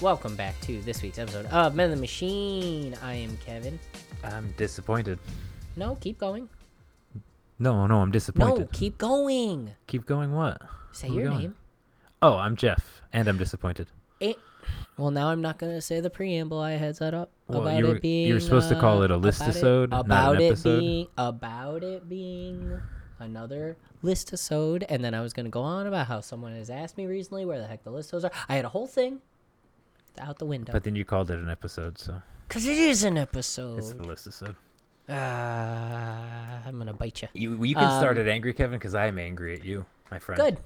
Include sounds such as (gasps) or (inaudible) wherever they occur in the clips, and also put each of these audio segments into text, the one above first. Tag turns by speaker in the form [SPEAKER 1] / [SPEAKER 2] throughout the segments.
[SPEAKER 1] Welcome back to this week's episode of Men in the Machine. I am Kevin.
[SPEAKER 2] I'm disappointed.
[SPEAKER 1] No, keep going.
[SPEAKER 2] No, no, I'm disappointed.
[SPEAKER 1] No, keep going.
[SPEAKER 2] Keep going. What?
[SPEAKER 1] Say
[SPEAKER 2] Where we
[SPEAKER 1] your
[SPEAKER 2] going?
[SPEAKER 1] name.
[SPEAKER 2] Oh, I'm Jeff, and I'm disappointed.
[SPEAKER 1] It, well, now I'm not gonna say the preamble I had set up
[SPEAKER 2] Well,
[SPEAKER 1] about
[SPEAKER 2] you were- you
[SPEAKER 1] it being.
[SPEAKER 2] were supposed to call
[SPEAKER 1] uh,
[SPEAKER 2] it a list
[SPEAKER 1] about it-
[SPEAKER 2] episode, not an
[SPEAKER 1] About
[SPEAKER 2] episode.
[SPEAKER 1] it being about it being another list episode, and then I was gonna go on about how someone has asked me recently where the heck the listos are. I had a whole thing It's out the window
[SPEAKER 2] But then you called it an episode, so
[SPEAKER 1] because it is an
[SPEAKER 2] it's the
[SPEAKER 1] episode.
[SPEAKER 2] list episode.
[SPEAKER 1] Ah, I'm gonna bite you.
[SPEAKER 2] You you can start
[SPEAKER 1] Um,
[SPEAKER 2] at angry, Kevin, because I'm angry at you, my friend.
[SPEAKER 1] Good.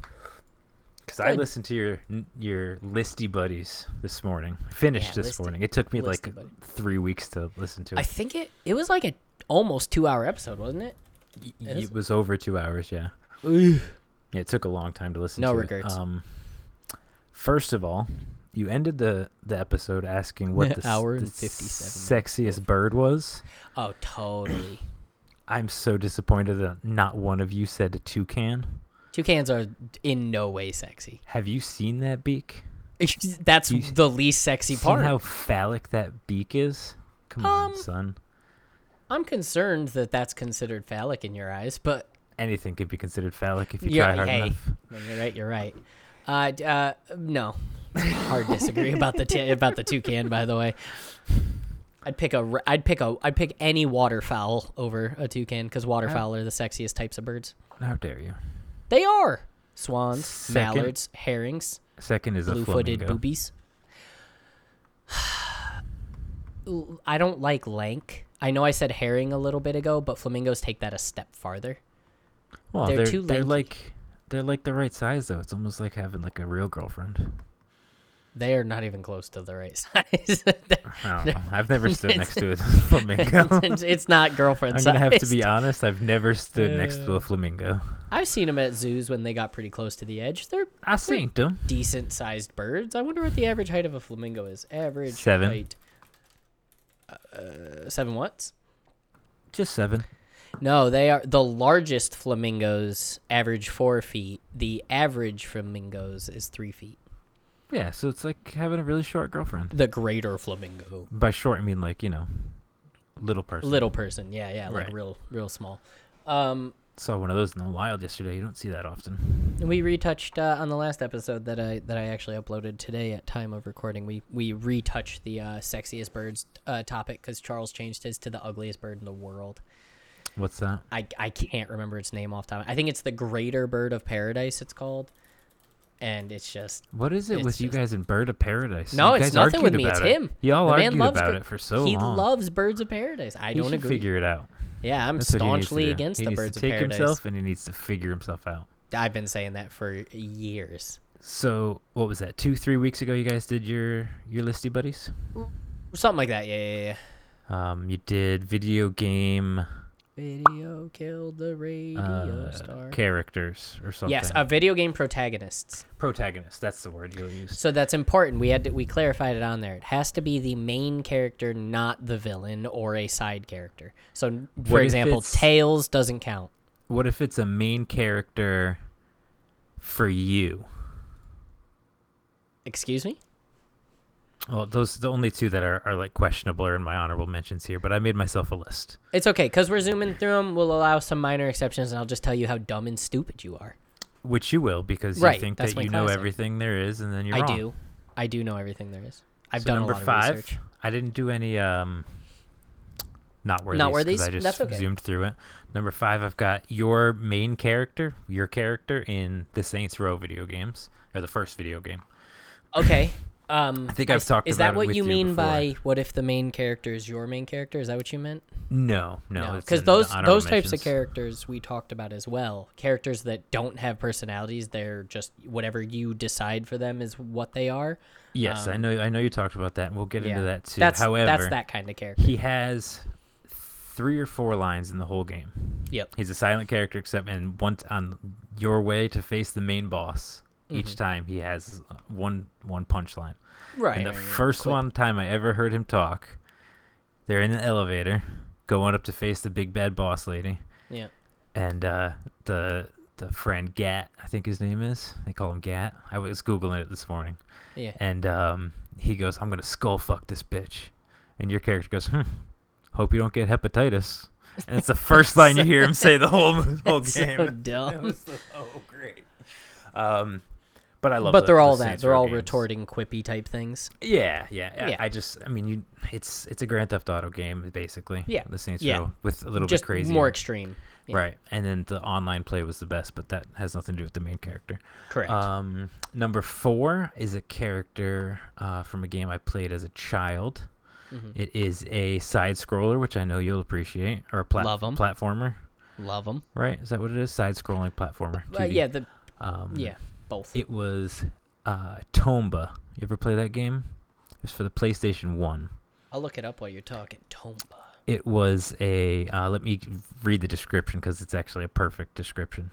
[SPEAKER 2] Because I
[SPEAKER 1] good.
[SPEAKER 2] listened to your your listy buddies this morning. Finished
[SPEAKER 1] Yeah,
[SPEAKER 2] this
[SPEAKER 1] listy-
[SPEAKER 2] morning. It took me
[SPEAKER 1] listy
[SPEAKER 2] like
[SPEAKER 1] buddy.
[SPEAKER 2] three weeks to listen to
[SPEAKER 1] I
[SPEAKER 2] it.
[SPEAKER 1] think it it was like a almost two hour episode, wasn't it?
[SPEAKER 2] Y-
[SPEAKER 1] it is-
[SPEAKER 2] it was over two hours. Yeah. Yeah, it took a long time to listen
[SPEAKER 1] No
[SPEAKER 2] to. it.
[SPEAKER 1] regrets.
[SPEAKER 2] Um, first of all, you ended the, the episode asking
[SPEAKER 1] (laughs)
[SPEAKER 2] what the, s-
[SPEAKER 1] Hour
[SPEAKER 2] the
[SPEAKER 1] and 57
[SPEAKER 2] sexiest bird was.
[SPEAKER 1] Oh, totally.
[SPEAKER 2] I'm so disappointed that not one of you said a toucan.
[SPEAKER 1] Toucans are in no way sexy.
[SPEAKER 2] Have you seen that beak?
[SPEAKER 1] (laughs) That's
[SPEAKER 2] You-
[SPEAKER 1] the least sexy
[SPEAKER 2] Seen
[SPEAKER 1] part.
[SPEAKER 2] how phallic that beak is? Come
[SPEAKER 1] Um,
[SPEAKER 2] on, son.
[SPEAKER 1] I'm concerned that that's considered phallic in your eyes, but
[SPEAKER 2] Anything could be considered phallic if you
[SPEAKER 1] Yeah,
[SPEAKER 2] try hard
[SPEAKER 1] hey.
[SPEAKER 2] enough.
[SPEAKER 1] no, you're right. You're right. Uh, d- uh, no, hard disagree about the t- about the toucan. By the way, I'd pick a r- I'd pick a I'd pick any waterfowl over a toucan because
[SPEAKER 2] Oh.
[SPEAKER 1] waterfowl are the sexiest types of birds.
[SPEAKER 2] How dare you?
[SPEAKER 1] They are swans,
[SPEAKER 2] Second-
[SPEAKER 1] mallards, herrings.
[SPEAKER 2] Second is a
[SPEAKER 1] blue-footed
[SPEAKER 2] flamingo.
[SPEAKER 1] boobies. (sighs) Ooh, I don't like lank. I know I said herring a little bit ago, but flamingos take that a step farther.
[SPEAKER 2] Well,
[SPEAKER 1] They're
[SPEAKER 2] they're, they're,
[SPEAKER 1] too lanky.
[SPEAKER 2] like they're like the right size though. It's almost like having like a real girlfriend.
[SPEAKER 1] They are not even close to the right (laughs) size.
[SPEAKER 2] I don't know. Oh,
[SPEAKER 1] (laughs)
[SPEAKER 2] I've never stood next to a (laughs) flamingo.
[SPEAKER 1] it's, it's not girlfriend
[SPEAKER 2] I'm
[SPEAKER 1] size.
[SPEAKER 2] gonna have to be honest. I've never stood next to a flamingo.
[SPEAKER 1] I've seen them at zoos when they got pretty close to the edge. They're
[SPEAKER 2] I seen them.
[SPEAKER 1] decent sized birds. I wonder what the average height of a flamingo is. Average
[SPEAKER 2] Seven.
[SPEAKER 1] height. Uh, seven what?
[SPEAKER 2] Just seven.
[SPEAKER 1] No, they are the largest flamingos average four feet. The average flamingos is three feet.
[SPEAKER 2] Yeah, so it's like having a really short girlfriend.
[SPEAKER 1] The greater flamingo,
[SPEAKER 2] By short, I mean like you know, little person.
[SPEAKER 1] little person, yeah, yeah, like
[SPEAKER 2] Right.
[SPEAKER 1] real, real small. Um,
[SPEAKER 2] Saw one of those in the wild yesterday. You don't see that often.
[SPEAKER 1] we retouched uh, on the last episode that I that I actually uploaded today at time of recording. We we retouched the uh, sexiest birds uh, topic because Charles changed his to the ugliest bird in the world.
[SPEAKER 2] What's that?
[SPEAKER 1] I, I can't remember its name off top. I think it's the greater bird of paradise. It's called, and it's just
[SPEAKER 2] What is it
[SPEAKER 1] It's
[SPEAKER 2] with you
[SPEAKER 1] just-
[SPEAKER 2] guys in Bird of Paradise?
[SPEAKER 1] No,
[SPEAKER 2] You
[SPEAKER 1] it's
[SPEAKER 2] guys
[SPEAKER 1] nothing with
[SPEAKER 2] argued
[SPEAKER 1] me. It's
[SPEAKER 2] about it.
[SPEAKER 1] him.
[SPEAKER 2] Y'all
[SPEAKER 1] the man
[SPEAKER 2] argued
[SPEAKER 1] loves
[SPEAKER 2] about
[SPEAKER 1] bir-
[SPEAKER 2] it for so
[SPEAKER 1] he
[SPEAKER 2] long.
[SPEAKER 1] loves Birds of Paradise. I
[SPEAKER 2] He
[SPEAKER 1] don't
[SPEAKER 2] should
[SPEAKER 1] agree.
[SPEAKER 2] Figure it out.
[SPEAKER 1] Yeah, I'm
[SPEAKER 2] That's what he needs to
[SPEAKER 1] staunchly
[SPEAKER 2] do.
[SPEAKER 1] against
[SPEAKER 2] He
[SPEAKER 1] the
[SPEAKER 2] needs
[SPEAKER 1] Birds
[SPEAKER 2] to
[SPEAKER 1] of
[SPEAKER 2] take
[SPEAKER 1] Paradise.
[SPEAKER 2] himself and he needs to figure himself out.
[SPEAKER 1] I've been saying that for years.
[SPEAKER 2] So what was that? Two, three weeks ago, you guys did your your listy buddies.
[SPEAKER 1] Something like that. Yeah, yeah,
[SPEAKER 2] Um, you did video game
[SPEAKER 1] yeah. Video killed the radio
[SPEAKER 2] uh, characters or something.
[SPEAKER 1] Yes, uh, video game protagonists.
[SPEAKER 2] protagonist. That's the word you'll use.
[SPEAKER 1] So that's important. We had to, we clarified it on there. It has to be the main character, not the villain or a side character. So, for
[SPEAKER 2] What if
[SPEAKER 1] example,
[SPEAKER 2] it's-
[SPEAKER 1] Tails doesn't count.
[SPEAKER 2] What if it's a main character for you?
[SPEAKER 1] Excuse me.
[SPEAKER 2] Well, those the only two that are, are like questionable are in my honorable mentions here. But I made myself a list.
[SPEAKER 1] It's okay because we're zooming through them. We'll allow some minor exceptions, and I'll just tell you how dumb and stupid you are.
[SPEAKER 2] Which you will because you
[SPEAKER 1] Right,
[SPEAKER 2] think
[SPEAKER 1] that's
[SPEAKER 2] that
[SPEAKER 1] my
[SPEAKER 2] you know
[SPEAKER 1] classic.
[SPEAKER 2] everything there is, and then you're
[SPEAKER 1] I
[SPEAKER 2] wrong.
[SPEAKER 1] do, I do know everything there is. I've
[SPEAKER 2] So
[SPEAKER 1] done
[SPEAKER 2] number
[SPEAKER 1] a lot
[SPEAKER 2] five.
[SPEAKER 1] of research.
[SPEAKER 2] I didn't do any um, not worthies. 'cause
[SPEAKER 1] worthies?
[SPEAKER 2] I just
[SPEAKER 1] That's okay.
[SPEAKER 2] zoomed through it. Number five, I've got your main character, your character in the Saints Row video games or the first video game.
[SPEAKER 1] Okay. Um,
[SPEAKER 2] (laughs)
[SPEAKER 1] I
[SPEAKER 2] think I've
[SPEAKER 1] s-
[SPEAKER 2] talked
[SPEAKER 1] Is
[SPEAKER 2] about
[SPEAKER 1] that
[SPEAKER 2] it
[SPEAKER 1] what
[SPEAKER 2] with
[SPEAKER 1] you
[SPEAKER 2] you
[SPEAKER 1] mean
[SPEAKER 2] before.
[SPEAKER 1] by "what if the main character is your main character"? Is that what you meant?
[SPEAKER 2] No, no, it's
[SPEAKER 1] because
[SPEAKER 2] in the
[SPEAKER 1] those
[SPEAKER 2] honorable
[SPEAKER 1] those types of
[SPEAKER 2] mentions.
[SPEAKER 1] characters we talked about as well. Characters that don't have personalities; they're just whatever you decide for them is what they are.
[SPEAKER 2] Yes, I know. I know you talked about that, and we'll get into that too.
[SPEAKER 1] um, That's
[SPEAKER 2] However,
[SPEAKER 1] that's that kind of character.
[SPEAKER 2] he has three or four lines in the whole game.
[SPEAKER 1] Yep.
[SPEAKER 2] He's a silent character, except in one on your way to face the main boss.
[SPEAKER 1] Mm-hmm.
[SPEAKER 2] Each time he has one one punchline.
[SPEAKER 1] Right.
[SPEAKER 2] And the
[SPEAKER 1] right, right.
[SPEAKER 2] first
[SPEAKER 1] Clip.
[SPEAKER 2] one time I ever heard him talk, they're in the elevator, going up to face the big bad boss lady,
[SPEAKER 1] Yeah.
[SPEAKER 2] and uh, the the friend (laughs) Gat, I think his name is. They call him Gat. I was googling it this morning,
[SPEAKER 1] Yeah.
[SPEAKER 2] and um, he goes, "I'm gonna skull fuck this bitch," and your character goes, hmm, "Hope you don't get hepatitis."
[SPEAKER 1] (laughs)
[SPEAKER 2] And it's the first line you hear him say the whole whole
[SPEAKER 1] That's
[SPEAKER 2] game.
[SPEAKER 1] so dumb.
[SPEAKER 2] (laughs) It was so great. Um, but I love.
[SPEAKER 1] but
[SPEAKER 2] the-
[SPEAKER 1] they're
[SPEAKER 2] the
[SPEAKER 1] all that.
[SPEAKER 2] Saints
[SPEAKER 1] They're
[SPEAKER 2] Row
[SPEAKER 1] all
[SPEAKER 2] games.
[SPEAKER 1] retorting quippy type things.
[SPEAKER 2] Yeah, yeah, yeah.
[SPEAKER 1] Yeah.
[SPEAKER 2] I just, I mean, you, it's it's a Grand Theft Auto game basically.
[SPEAKER 1] Yeah,
[SPEAKER 2] the Saints
[SPEAKER 1] yeah.
[SPEAKER 2] Row with a little
[SPEAKER 1] Just
[SPEAKER 2] bit crazy.
[SPEAKER 1] more extreme. yeah.
[SPEAKER 2] Right, and then the online play was the best, but that has nothing to do with the main character.
[SPEAKER 1] Correct.
[SPEAKER 2] Um, number four is a character uh, from a game I played as a child.
[SPEAKER 1] Mm-hmm.
[SPEAKER 2] It is a side scroller, which I know you'll appreciate, or a plat-
[SPEAKER 1] Love 'em.
[SPEAKER 2] platformer.
[SPEAKER 1] Love them.
[SPEAKER 2] Right? Is that what it is? Side scrolling platformer.
[SPEAKER 1] Uh,
[SPEAKER 2] 2D.
[SPEAKER 1] yeah. The
[SPEAKER 2] Um,
[SPEAKER 1] yeah. Both.
[SPEAKER 2] It was uh, Tomba. You ever play that game? It was for the PlayStation One.
[SPEAKER 1] I'll look it up while you're talking. Tomba.
[SPEAKER 2] It was a. Uh, let me read the description because it's actually a perfect description.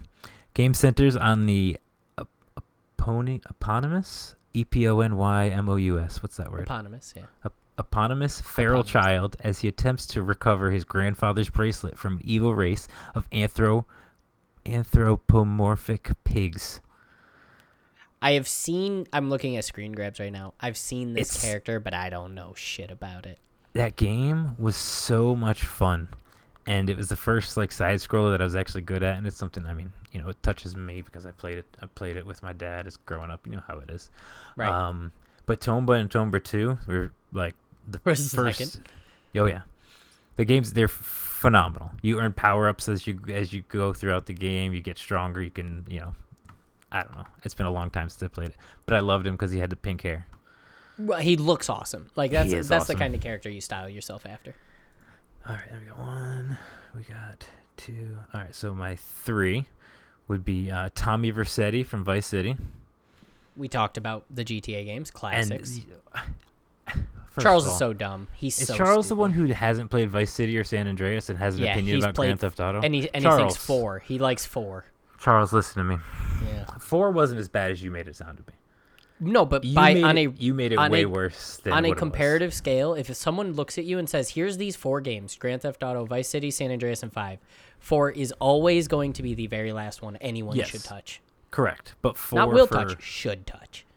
[SPEAKER 2] Game centers on the op- opponent eponymous E P O N Y M O U S. What's that word?
[SPEAKER 1] Eponymous. Yeah.
[SPEAKER 2] Op- eponymous feral
[SPEAKER 1] Eponymous.
[SPEAKER 2] child as he attempts to recover his grandfather's bracelet from an evil race of anthro anthropomorphic pigs.
[SPEAKER 1] I have seen. I'm looking at screen grabs right now. I've seen this
[SPEAKER 2] It's-
[SPEAKER 1] character, but I don't know shit about it.
[SPEAKER 2] That game was so much fun. And it was the first like side scroller that I was actually good at, and it's something I mean, you know, it touches me because I played it. I played it with my dad as growing up. You know how it is.
[SPEAKER 1] Right.
[SPEAKER 2] Um, but Tomba and Tomba Two were like the
[SPEAKER 1] For a
[SPEAKER 2] first.
[SPEAKER 1] second.
[SPEAKER 2] Oh yeah, the games they're phenomenal. You earn power ups as you as you go throughout the game. You get stronger. You can you know, I don't know. It's been a long time since I played it, but I loved him because he had the pink hair.
[SPEAKER 1] Well, he looks awesome. Like that's
[SPEAKER 2] He is
[SPEAKER 1] that's
[SPEAKER 2] awesome.
[SPEAKER 1] the kind of character you style yourself after.
[SPEAKER 2] All right, there we got one. We got two. All right, so my three would be uh, Tommy Versetti from Vice City
[SPEAKER 1] We talked about the GTA games, classics.
[SPEAKER 2] and (laughs) First
[SPEAKER 1] Charles
[SPEAKER 2] of
[SPEAKER 1] is
[SPEAKER 2] all,
[SPEAKER 1] so dumb. He's
[SPEAKER 2] Is
[SPEAKER 1] so
[SPEAKER 2] Charles
[SPEAKER 1] stupid.
[SPEAKER 2] the one who hasn't played Vice City or San Andreas and has an
[SPEAKER 1] Yeah,
[SPEAKER 2] opinion
[SPEAKER 1] he's
[SPEAKER 2] about
[SPEAKER 1] played
[SPEAKER 2] Grand Theft Auto?
[SPEAKER 1] and he and he
[SPEAKER 2] Charles.
[SPEAKER 1] thinks four. He likes four.
[SPEAKER 2] Charles, listen to me.
[SPEAKER 1] Yeah.
[SPEAKER 2] Four wasn't as bad as you made it sound to me.
[SPEAKER 1] No, but
[SPEAKER 2] You
[SPEAKER 1] by
[SPEAKER 2] made
[SPEAKER 1] on
[SPEAKER 2] it,
[SPEAKER 1] a
[SPEAKER 2] you made it
[SPEAKER 1] on
[SPEAKER 2] way
[SPEAKER 1] a-
[SPEAKER 2] worse than
[SPEAKER 1] on
[SPEAKER 2] what
[SPEAKER 1] a
[SPEAKER 2] it was.
[SPEAKER 1] comparative scale, if someone looks at you and says, "Here's these four games: Grand Theft Auto, Vice City, San Andreas, and Five, four is always going to be the very last one anyone
[SPEAKER 2] Yes.
[SPEAKER 1] should touch.
[SPEAKER 2] Correct, but four
[SPEAKER 1] Not will
[SPEAKER 2] for
[SPEAKER 1] touch, should touch.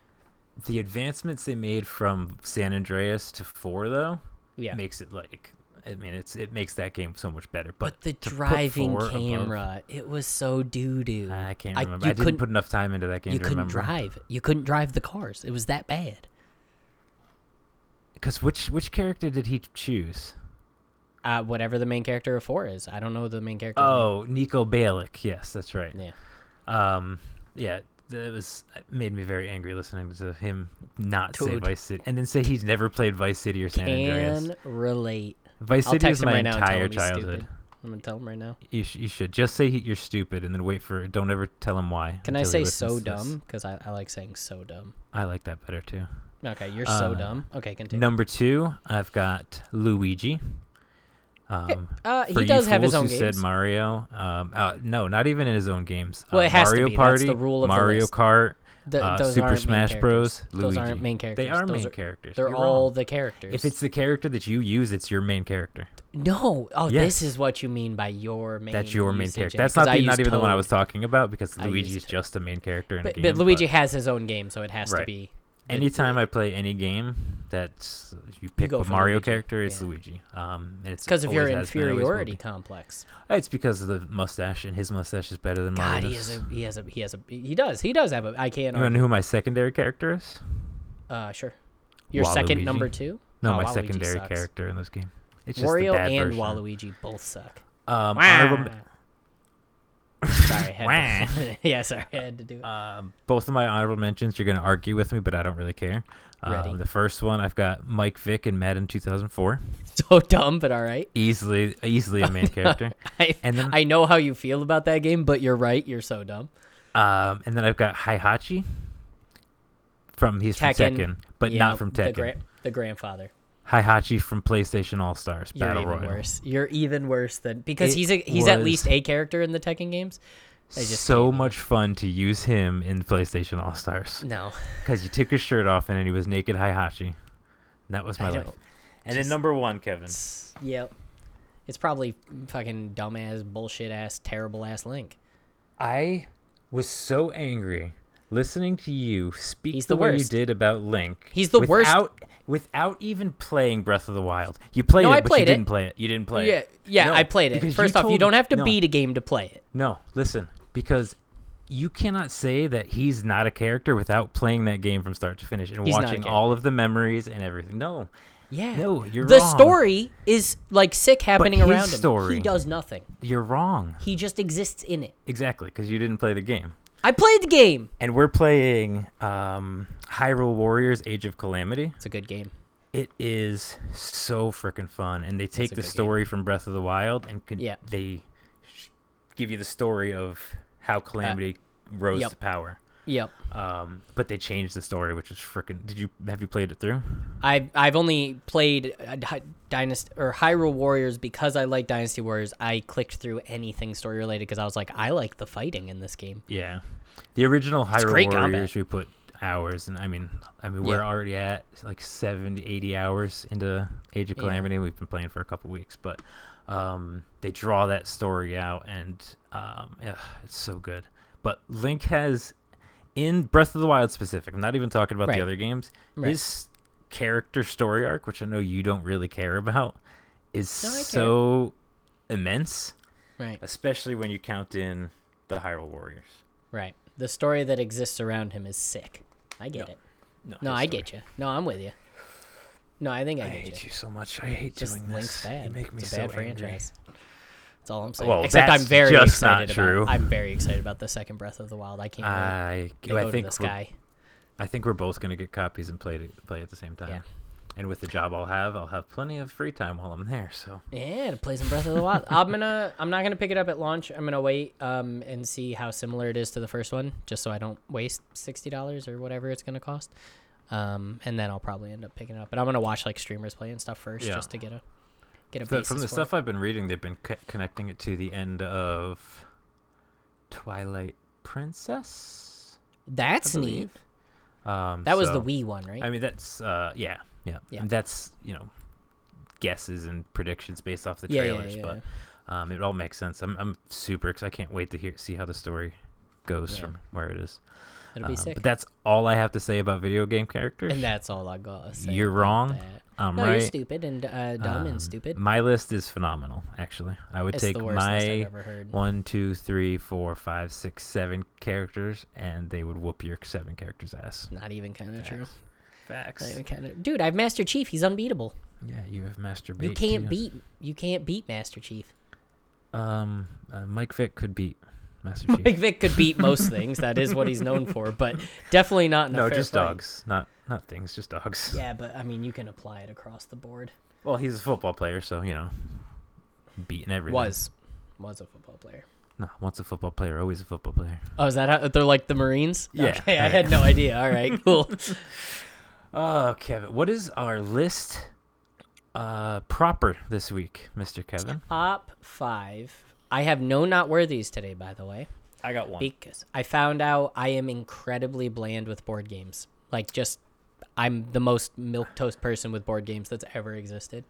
[SPEAKER 2] the advancements they made from San Andreas to four though.
[SPEAKER 1] Yeah.
[SPEAKER 2] makes it like I mean it's it makes that game so much better. But,
[SPEAKER 1] But the
[SPEAKER 2] to put
[SPEAKER 1] driving
[SPEAKER 2] four above-
[SPEAKER 1] camera, it was so doo doo.
[SPEAKER 2] I can't
[SPEAKER 1] I-
[SPEAKER 2] remember.
[SPEAKER 1] you
[SPEAKER 2] I, didn't
[SPEAKER 1] couldn't-
[SPEAKER 2] put enough time into that game
[SPEAKER 1] You
[SPEAKER 2] to
[SPEAKER 1] couldn't
[SPEAKER 2] remember.
[SPEAKER 1] drive. You couldn't drive the cars. It was that bad.
[SPEAKER 2] Because which which character did he choose?
[SPEAKER 1] Uh, whatever the main character of four is, I don't know the main character.
[SPEAKER 2] Oh, Nico Bellic. Yes, that's right.
[SPEAKER 1] yeah.
[SPEAKER 2] Um, yeah, that was it made me very angry listening to him not say
[SPEAKER 1] Dude.
[SPEAKER 2] Vice City, and then say he's never played Vice City or San Andreas.
[SPEAKER 1] Can relate.
[SPEAKER 2] Vice
[SPEAKER 1] I'll
[SPEAKER 2] City
[SPEAKER 1] text
[SPEAKER 2] is
[SPEAKER 1] him
[SPEAKER 2] my
[SPEAKER 1] right now. And tell
[SPEAKER 2] entire
[SPEAKER 1] him he's
[SPEAKER 2] childhood.
[SPEAKER 1] stupid. I'm gonna tell him right now.
[SPEAKER 2] You, sh- you should just say he- you're stupid, and then wait for. Don't ever tell him why.
[SPEAKER 1] Can I
[SPEAKER 2] until
[SPEAKER 1] say
[SPEAKER 2] he listens
[SPEAKER 1] so
[SPEAKER 2] to this.
[SPEAKER 1] dumb? Because I, I like saying so dumb.
[SPEAKER 2] I like that better too.
[SPEAKER 1] Okay, you're
[SPEAKER 2] Uh,
[SPEAKER 1] so dumb. Okay, continue.
[SPEAKER 2] Number two, I've got Luigi. Um,
[SPEAKER 1] uh, he
[SPEAKER 2] for you
[SPEAKER 1] does have his
[SPEAKER 2] fools
[SPEAKER 1] own
[SPEAKER 2] who
[SPEAKER 1] games.
[SPEAKER 2] Said Mario. Um, uh, no, not even in his own games.
[SPEAKER 1] Well,
[SPEAKER 2] Uh,
[SPEAKER 1] it has to
[SPEAKER 2] Mario
[SPEAKER 1] be. That's
[SPEAKER 2] Party,
[SPEAKER 1] the rule of the
[SPEAKER 2] Mario
[SPEAKER 1] list.
[SPEAKER 2] Kart,
[SPEAKER 1] Th-
[SPEAKER 2] uh,
[SPEAKER 1] those
[SPEAKER 2] Super
[SPEAKER 1] aren't main
[SPEAKER 2] Smash Bros.
[SPEAKER 1] characters. Those aren't
[SPEAKER 2] Luigi.
[SPEAKER 1] main
[SPEAKER 2] They
[SPEAKER 1] characters.
[SPEAKER 2] are
[SPEAKER 1] Those
[SPEAKER 2] main
[SPEAKER 1] are-
[SPEAKER 2] characters.
[SPEAKER 1] They're
[SPEAKER 2] You're
[SPEAKER 1] all
[SPEAKER 2] wrong.
[SPEAKER 1] the characters.
[SPEAKER 2] If it's the character that you use, it's your main character.
[SPEAKER 1] no, oh,
[SPEAKER 2] Yes.
[SPEAKER 1] this is what you mean by your main.
[SPEAKER 2] That's your main
[SPEAKER 1] usage
[SPEAKER 2] character.
[SPEAKER 1] in it,
[SPEAKER 2] That's
[SPEAKER 1] 'cause
[SPEAKER 2] not
[SPEAKER 1] I
[SPEAKER 2] the,
[SPEAKER 1] use
[SPEAKER 2] not even the one I
[SPEAKER 1] Toad.
[SPEAKER 2] was talking about because
[SPEAKER 1] I
[SPEAKER 2] Luigi is
[SPEAKER 1] used-
[SPEAKER 2] just a main character in
[SPEAKER 1] But,
[SPEAKER 2] a game.
[SPEAKER 1] but Luigi has his own game, so it has to
[SPEAKER 2] Right.
[SPEAKER 1] be.
[SPEAKER 2] anytime I play any game that's you pick
[SPEAKER 1] go
[SPEAKER 2] a
[SPEAKER 1] for
[SPEAKER 2] Mario
[SPEAKER 1] Luigi.
[SPEAKER 2] character, it's
[SPEAKER 1] Yeah.
[SPEAKER 2] Luigi. Um, and it's
[SPEAKER 1] Because of your
[SPEAKER 2] always has been, always will
[SPEAKER 1] inferiority
[SPEAKER 2] be.
[SPEAKER 1] complex.
[SPEAKER 2] It's because of the mustache, and his mustache is better than mine.
[SPEAKER 1] God, he has a he has a he has a he does he does have a. I can't.
[SPEAKER 2] You want to
[SPEAKER 1] Argue.
[SPEAKER 2] know who my secondary character is?
[SPEAKER 1] Uh, sure. Your second
[SPEAKER 2] Waluigi.
[SPEAKER 1] number two.
[SPEAKER 2] No,
[SPEAKER 1] Oh,
[SPEAKER 2] my
[SPEAKER 1] Waluigi
[SPEAKER 2] secondary
[SPEAKER 1] sucks.
[SPEAKER 2] character in this game. It's just the
[SPEAKER 1] Wario
[SPEAKER 2] bad
[SPEAKER 1] and
[SPEAKER 2] version.
[SPEAKER 1] Waluigi both suck.
[SPEAKER 2] Um,
[SPEAKER 1] Wow.
[SPEAKER 2] honorable-
[SPEAKER 1] Sorry, I had to, (laughs) yeah, sorry, I had to do it.
[SPEAKER 2] um, both of my honorable mentions, you're going to argue with me, but I don't really care.
[SPEAKER 1] Ready.
[SPEAKER 2] Um, the first one, I've got Mike Vick in Madden 2004.
[SPEAKER 1] so dumb, but all right.
[SPEAKER 2] Easily, easily
[SPEAKER 1] (laughs)
[SPEAKER 2] a main character.
[SPEAKER 1] I,
[SPEAKER 2] And then-
[SPEAKER 1] I know how you feel about that game, but you're right. You're so dumb.
[SPEAKER 2] Um, and then I've got Hihachi from he's from
[SPEAKER 1] Tekken.
[SPEAKER 2] Tekken, but
[SPEAKER 1] You know,
[SPEAKER 2] not from
[SPEAKER 1] the,
[SPEAKER 2] Tekken.
[SPEAKER 1] gra- the grandfather.
[SPEAKER 2] Hihachi from PlayStation All Stars
[SPEAKER 1] You're
[SPEAKER 2] Battle
[SPEAKER 1] even
[SPEAKER 2] Royale.
[SPEAKER 1] worse. You're even worse than because
[SPEAKER 2] It
[SPEAKER 1] he's a, he's at
[SPEAKER 2] was-
[SPEAKER 1] least a character in the Tekken games. They just
[SPEAKER 2] so
[SPEAKER 1] gave me-
[SPEAKER 2] much fun to use him in PlayStation
[SPEAKER 1] (laughs)
[SPEAKER 2] All Stars
[SPEAKER 1] No,
[SPEAKER 2] because you took his shirt off and then he was naked Hihachi. And that was my
[SPEAKER 1] I
[SPEAKER 2] life.
[SPEAKER 1] don't-
[SPEAKER 2] And then number one, Kevin.
[SPEAKER 1] it's, yep. It's probably fucking dumbass, bullshit ass, terrible ass Link.
[SPEAKER 2] I was so angry Listening to you speak
[SPEAKER 1] He's
[SPEAKER 2] the,
[SPEAKER 1] the
[SPEAKER 2] way you
[SPEAKER 1] worst.
[SPEAKER 2] did about Link.
[SPEAKER 1] He's the worst.
[SPEAKER 2] without, worst. Without even playing Breath of the Wild, you played
[SPEAKER 1] No,
[SPEAKER 2] it,
[SPEAKER 1] I
[SPEAKER 2] but
[SPEAKER 1] played
[SPEAKER 2] you
[SPEAKER 1] it.
[SPEAKER 2] didn't play it. You didn't play
[SPEAKER 1] Yeah,
[SPEAKER 2] it.
[SPEAKER 1] yeah,
[SPEAKER 2] No,
[SPEAKER 1] I played it.
[SPEAKER 2] because
[SPEAKER 1] First off, you
[SPEAKER 2] told-
[SPEAKER 1] don't have to
[SPEAKER 2] no,
[SPEAKER 1] beat a game to play it.
[SPEAKER 2] No, listen, because you cannot say that he's not a character without playing that game from start to finish and
[SPEAKER 1] He's not a
[SPEAKER 2] watching
[SPEAKER 1] character.
[SPEAKER 2] all of the memories and everything. No,
[SPEAKER 1] Yeah.
[SPEAKER 2] No, you're
[SPEAKER 1] the
[SPEAKER 2] wrong.
[SPEAKER 1] story is like sick happening
[SPEAKER 2] his
[SPEAKER 1] around him.
[SPEAKER 2] story-
[SPEAKER 1] He does nothing.
[SPEAKER 2] you're wrong.
[SPEAKER 1] He just exists in it.
[SPEAKER 2] Exactly, because you didn't play the game.
[SPEAKER 1] I played the game.
[SPEAKER 2] And we're playing um, Hyrule Warriors: Age of Calamity.
[SPEAKER 1] It's a good game.
[SPEAKER 2] It is so freaking fun, and they take
[SPEAKER 1] a
[SPEAKER 2] the
[SPEAKER 1] good game.
[SPEAKER 2] story from Breath of the Wild and con-
[SPEAKER 1] Yeah.
[SPEAKER 2] they sh- give you the story of how Calamity rose
[SPEAKER 1] Uh, yep.
[SPEAKER 2] to power.
[SPEAKER 1] Yep.
[SPEAKER 2] Um, but they changed the story, which is freaking. Did you have you played it through?
[SPEAKER 1] I've I've only played uh, Dy- Dynasty or Hyrule Warriors because I like Dynasty Warriors. I clicked through anything story related because I was like, I like the fighting in this game.
[SPEAKER 2] Yeah, the original Hyrule
[SPEAKER 1] great
[SPEAKER 2] Warriors
[SPEAKER 1] combat.
[SPEAKER 2] we put hours, and I mean, I mean, we're
[SPEAKER 1] Yeah.
[SPEAKER 2] already at like 70, 80 hours into Age of
[SPEAKER 1] Yeah.
[SPEAKER 2] Calamity. We've been playing for a couple weeks, but um, they draw that story out, and um, ugh, it's so good. But Link has in Breath of the Wild specific. I'm not even talking about
[SPEAKER 1] Right.
[SPEAKER 2] the other games.
[SPEAKER 1] Right.
[SPEAKER 2] His character story arc, which I know you don't really care about, is
[SPEAKER 1] No, I care.
[SPEAKER 2] so immense,
[SPEAKER 1] Right.
[SPEAKER 2] especially when you count in the Hyrule Warriors.
[SPEAKER 1] Right. The story that exists around him is sick. I get it. No,
[SPEAKER 2] his
[SPEAKER 1] I
[SPEAKER 2] story.
[SPEAKER 1] get you. No, I'm with you. No, I think I,
[SPEAKER 2] I
[SPEAKER 1] get you.
[SPEAKER 2] hate you so much. I hate
[SPEAKER 1] Just
[SPEAKER 2] doing
[SPEAKER 1] Link's
[SPEAKER 2] this.
[SPEAKER 1] bad.
[SPEAKER 2] You make me
[SPEAKER 1] it's a
[SPEAKER 2] so
[SPEAKER 1] bad
[SPEAKER 2] angry.
[SPEAKER 1] franchise. That's all I'm saying.
[SPEAKER 2] Well,
[SPEAKER 1] Except I'm
[SPEAKER 2] that's
[SPEAKER 1] very
[SPEAKER 2] just not
[SPEAKER 1] excited
[SPEAKER 2] true.
[SPEAKER 1] about. I'm very excited about the second Breath of the Wild. I can't wait
[SPEAKER 2] I,
[SPEAKER 1] to
[SPEAKER 2] I
[SPEAKER 1] go
[SPEAKER 2] think
[SPEAKER 1] to this
[SPEAKER 2] we're-
[SPEAKER 1] guy.
[SPEAKER 2] I think we're both gonna get copies and play to, play at the same time. And with the job I'll have, I'll have plenty of free time while I'm there. So
[SPEAKER 1] Yeah, to play some Breath of the Wild. I'm gonna. (laughs) I'm not gonna pick it up at launch. I'm gonna wait um and see how similar it is to the first one, just so I don't waste sixty dollars or whatever it's gonna cost. Um, and then I'll probably end up picking it up. But I'm gonna watch like streamers play and stuff first,
[SPEAKER 2] Yeah.
[SPEAKER 1] just to get a get a
[SPEAKER 2] the,
[SPEAKER 1] basis
[SPEAKER 2] from the
[SPEAKER 1] for it.
[SPEAKER 2] stuff I've been reading, they've been co- connecting it to the end of Twilight Princess. I
[SPEAKER 1] That's neat.
[SPEAKER 2] believe. Um,
[SPEAKER 1] That was the
[SPEAKER 2] so-
[SPEAKER 1] Wii one, right?
[SPEAKER 2] I mean, that's uh, yeah, yeah,
[SPEAKER 1] Yeah.
[SPEAKER 2] And that's you know, guesses and predictions based off the
[SPEAKER 1] Yeah, yeah,
[SPEAKER 2] trailers,
[SPEAKER 1] yeah,
[SPEAKER 2] but Um, it all makes sense. I'm I'm super excited. I can't wait to hear see how the story goes
[SPEAKER 1] Yeah.
[SPEAKER 2] from where it is.
[SPEAKER 1] It'll be
[SPEAKER 2] Um,
[SPEAKER 1] sick.
[SPEAKER 2] But that's all I have to say about video game characters.
[SPEAKER 1] and that's all I got.
[SPEAKER 2] you're wrong.
[SPEAKER 1] that.
[SPEAKER 2] I'm
[SPEAKER 1] no, you're
[SPEAKER 2] right.
[SPEAKER 1] stupid and uh, dumb
[SPEAKER 2] Um,
[SPEAKER 1] and stupid.
[SPEAKER 2] My list is phenomenal. Actually, I would
[SPEAKER 1] It's
[SPEAKER 2] take
[SPEAKER 1] the worst list I've
[SPEAKER 2] my
[SPEAKER 1] ever heard.
[SPEAKER 2] one, two, three, four, five, six, seven characters, and they would whoop your seven characters' ass.
[SPEAKER 1] Not even kind of true.
[SPEAKER 2] Facts.
[SPEAKER 1] Not even kind of. Dude, I've Master Chief. He's unbeatable.
[SPEAKER 2] Yeah, you have Master
[SPEAKER 1] You
[SPEAKER 2] Beat,
[SPEAKER 1] can't
[SPEAKER 2] too.
[SPEAKER 1] beat. You can't beat Master Chief. (laughs)
[SPEAKER 2] Um, uh, Mike Vick could beat Master Chief.
[SPEAKER 1] Big Vic could beat most things. That is what he's known for, but definitely not. In a
[SPEAKER 2] no,
[SPEAKER 1] fair
[SPEAKER 2] just
[SPEAKER 1] fight.
[SPEAKER 2] dogs, not not things, just dogs.
[SPEAKER 1] Yeah, but I mean, you can apply it across the board.
[SPEAKER 2] (laughs) Well, he's a football player, so you know, beating everything.
[SPEAKER 1] Was, was a football player.
[SPEAKER 2] no, once a football player, always a football player.
[SPEAKER 1] Oh, is that how they're like the Marines?
[SPEAKER 2] Yeah,
[SPEAKER 1] Okay, I
[SPEAKER 2] alright.
[SPEAKER 1] had no idea. All
[SPEAKER 2] (laughs)
[SPEAKER 1] right, cool.
[SPEAKER 2] Oh, Kevin, what is our list uh proper this week, Mister Kevin?
[SPEAKER 1] Top five. I have no not worthies today, by the way.
[SPEAKER 2] I got one.
[SPEAKER 1] because I found out I am incredibly bland with board games. Like just I'm the most milk toast person with board games that's ever existed.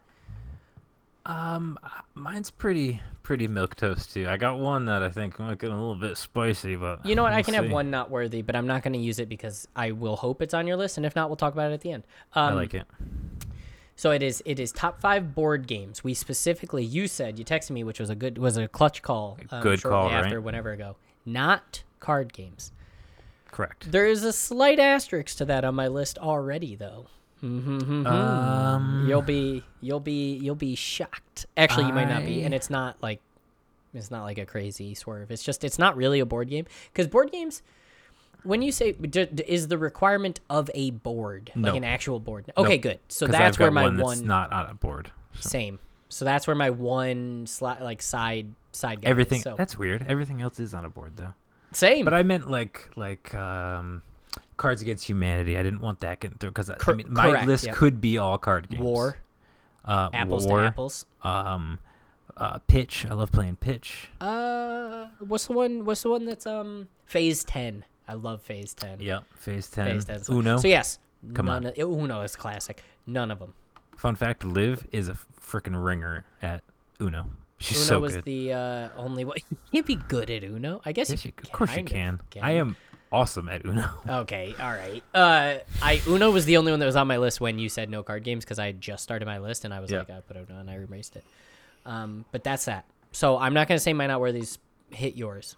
[SPEAKER 2] Um, mine's pretty pretty milk toast too. I got one that I think might get a little bit spicy, but
[SPEAKER 1] You know what? I
[SPEAKER 2] we'll
[SPEAKER 1] can have
[SPEAKER 2] Oh, see.
[SPEAKER 1] one not worthy, but I'm not going to use it because I will hope it's on your list, and if not, we'll talk about it at the end.
[SPEAKER 2] I
[SPEAKER 1] Um,
[SPEAKER 2] like it.
[SPEAKER 1] So it is. It is top five board games. We specifically, you said you texted me, which was a good was a clutch call. Um,
[SPEAKER 2] Good
[SPEAKER 1] shortly
[SPEAKER 2] call, right?
[SPEAKER 1] after whenever ago. Not card games.
[SPEAKER 2] Correct.
[SPEAKER 1] There is a slight asterisk to that on my list already, though. Mm-hmm.
[SPEAKER 2] Um,
[SPEAKER 1] you'll be you'll be you'll be shocked. Actually, you might not be, and
[SPEAKER 2] I-
[SPEAKER 1] it's not like it's not like a crazy swerve. It's just it's not really a board game because board games. When you say d- d- is the requirement of a board like
[SPEAKER 2] No.
[SPEAKER 1] an actual board? Okay, good. So
[SPEAKER 2] 'Cause
[SPEAKER 1] that's
[SPEAKER 2] I've
[SPEAKER 1] where
[SPEAKER 2] got
[SPEAKER 1] my
[SPEAKER 2] one
[SPEAKER 1] one,
[SPEAKER 2] that's not on a board. So
[SPEAKER 1] same. So that's where my one sli- like side side guy is.
[SPEAKER 2] Everything
[SPEAKER 1] So,
[SPEAKER 2] that's weird. Everything else is on a board though.
[SPEAKER 1] same.
[SPEAKER 2] But I meant like like um, Cards Against Humanity. I didn't want that getting through because I
[SPEAKER 1] Cor-
[SPEAKER 2] mean, my
[SPEAKER 1] correct,
[SPEAKER 2] list
[SPEAKER 1] yep.
[SPEAKER 2] could be all card games.
[SPEAKER 1] war
[SPEAKER 2] uh,
[SPEAKER 1] apples
[SPEAKER 2] war,
[SPEAKER 1] to apples.
[SPEAKER 2] Um, uh, pitch. I love playing pitch.
[SPEAKER 1] Uh, what's the one? What's the one that's um phase ten? I love phase ten.
[SPEAKER 2] Yep. Phase ten.
[SPEAKER 1] phase ten.
[SPEAKER 2] Uno.
[SPEAKER 1] So yes,
[SPEAKER 2] Come
[SPEAKER 1] none
[SPEAKER 2] on.
[SPEAKER 1] Of, Uno is classic. None of them.
[SPEAKER 2] Fun fact: Liv is a freaking ringer at Uno. She's
[SPEAKER 1] Uno
[SPEAKER 2] so
[SPEAKER 1] was (laughs)
[SPEAKER 2] good.
[SPEAKER 1] the uh, only one. You can't be good at Uno. I guess
[SPEAKER 2] Yes,
[SPEAKER 1] you
[SPEAKER 2] you- of course you
[SPEAKER 1] kind
[SPEAKER 2] can.
[SPEAKER 1] can.
[SPEAKER 2] I am awesome
[SPEAKER 1] (laughs)
[SPEAKER 2] at Uno.
[SPEAKER 1] Okay, all right. Uh, I Uno was the only one that was on my list when you said no card games because I had just started my list and I was
[SPEAKER 2] Yeah.
[SPEAKER 1] like, I put Uno and I erased it. Um, but that's that. So I'm not gonna say my not worthies hit yours.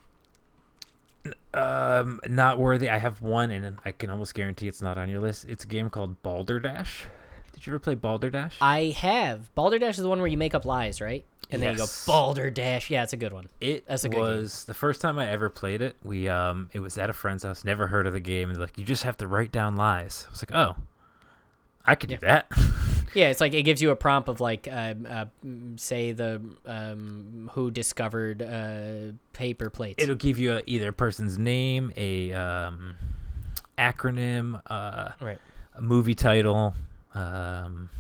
[SPEAKER 2] Um, not worthy. I have one, and I can almost guarantee it's not on your list. It's a game called Balderdash. Did you ever play Balderdash?
[SPEAKER 1] I have Balderdash is the one where you make up lies, right? And then you go
[SPEAKER 2] Yes.
[SPEAKER 1] Balderdash. Yeah, it's a good one.
[SPEAKER 2] It
[SPEAKER 1] That's a good game.
[SPEAKER 2] was the first time I ever played it. We um, it was at a friend's house. Never heard of the game. And they're like, you just have to write down lies. I was like, oh, I could do that. (laughs)
[SPEAKER 1] Yeah, it's like it gives you a prompt of like, um, uh, mm, say the um, who discovered uh, paper plates.
[SPEAKER 2] It'll give you a, either a person's name, a um, acronym, uh,
[SPEAKER 1] right.
[SPEAKER 2] a movie title, um,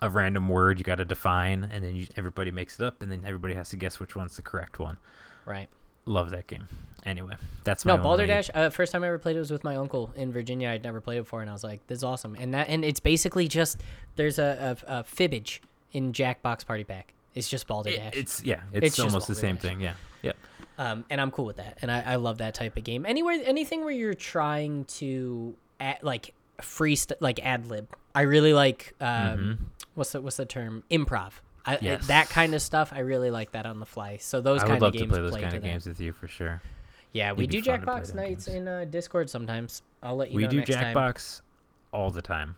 [SPEAKER 2] a random word you got to define, and then you, everybody makes it up, and then everybody has to guess which one's the correct one.
[SPEAKER 1] Right.
[SPEAKER 2] Love that game. Anyway, that's my
[SPEAKER 1] No,
[SPEAKER 2] only-
[SPEAKER 1] Balderdash. Uh, first time I ever played it was with my uncle in Virginia. I'd never played it before, and I was like, "This is awesome!" And that, and it's basically just there's a, a, a fibbage in Jackbox Party Pack. It's just
[SPEAKER 2] It-
[SPEAKER 1] Balderdash,
[SPEAKER 2] it's yeah, it's,
[SPEAKER 1] It's just
[SPEAKER 2] almost the same
[SPEAKER 1] Balderdash.
[SPEAKER 2] thing. Yeah, yeah.
[SPEAKER 1] um, and I'm cool with that. And I, I love that type of game. Anywhere, anything where you're trying to ad, like free st- like ad lib. I really like um, what's the what's the term improv. I,
[SPEAKER 2] Mm-hmm. Yes.
[SPEAKER 1] That kind of stuff. I really like that on the fly. So those
[SPEAKER 2] I
[SPEAKER 1] kind
[SPEAKER 2] would love
[SPEAKER 1] of
[SPEAKER 2] to
[SPEAKER 1] games
[SPEAKER 2] play those
[SPEAKER 1] to
[SPEAKER 2] kind of
[SPEAKER 1] that.
[SPEAKER 2] games with you for sure.
[SPEAKER 1] Yeah, we
[SPEAKER 2] It'd be
[SPEAKER 1] do
[SPEAKER 2] fun to play
[SPEAKER 1] Jackbox
[SPEAKER 2] them
[SPEAKER 1] nights
[SPEAKER 2] games.
[SPEAKER 1] in uh, Discord sometimes. I'll let you
[SPEAKER 2] we
[SPEAKER 1] know
[SPEAKER 2] do
[SPEAKER 1] next time.
[SPEAKER 2] Jackbox all the time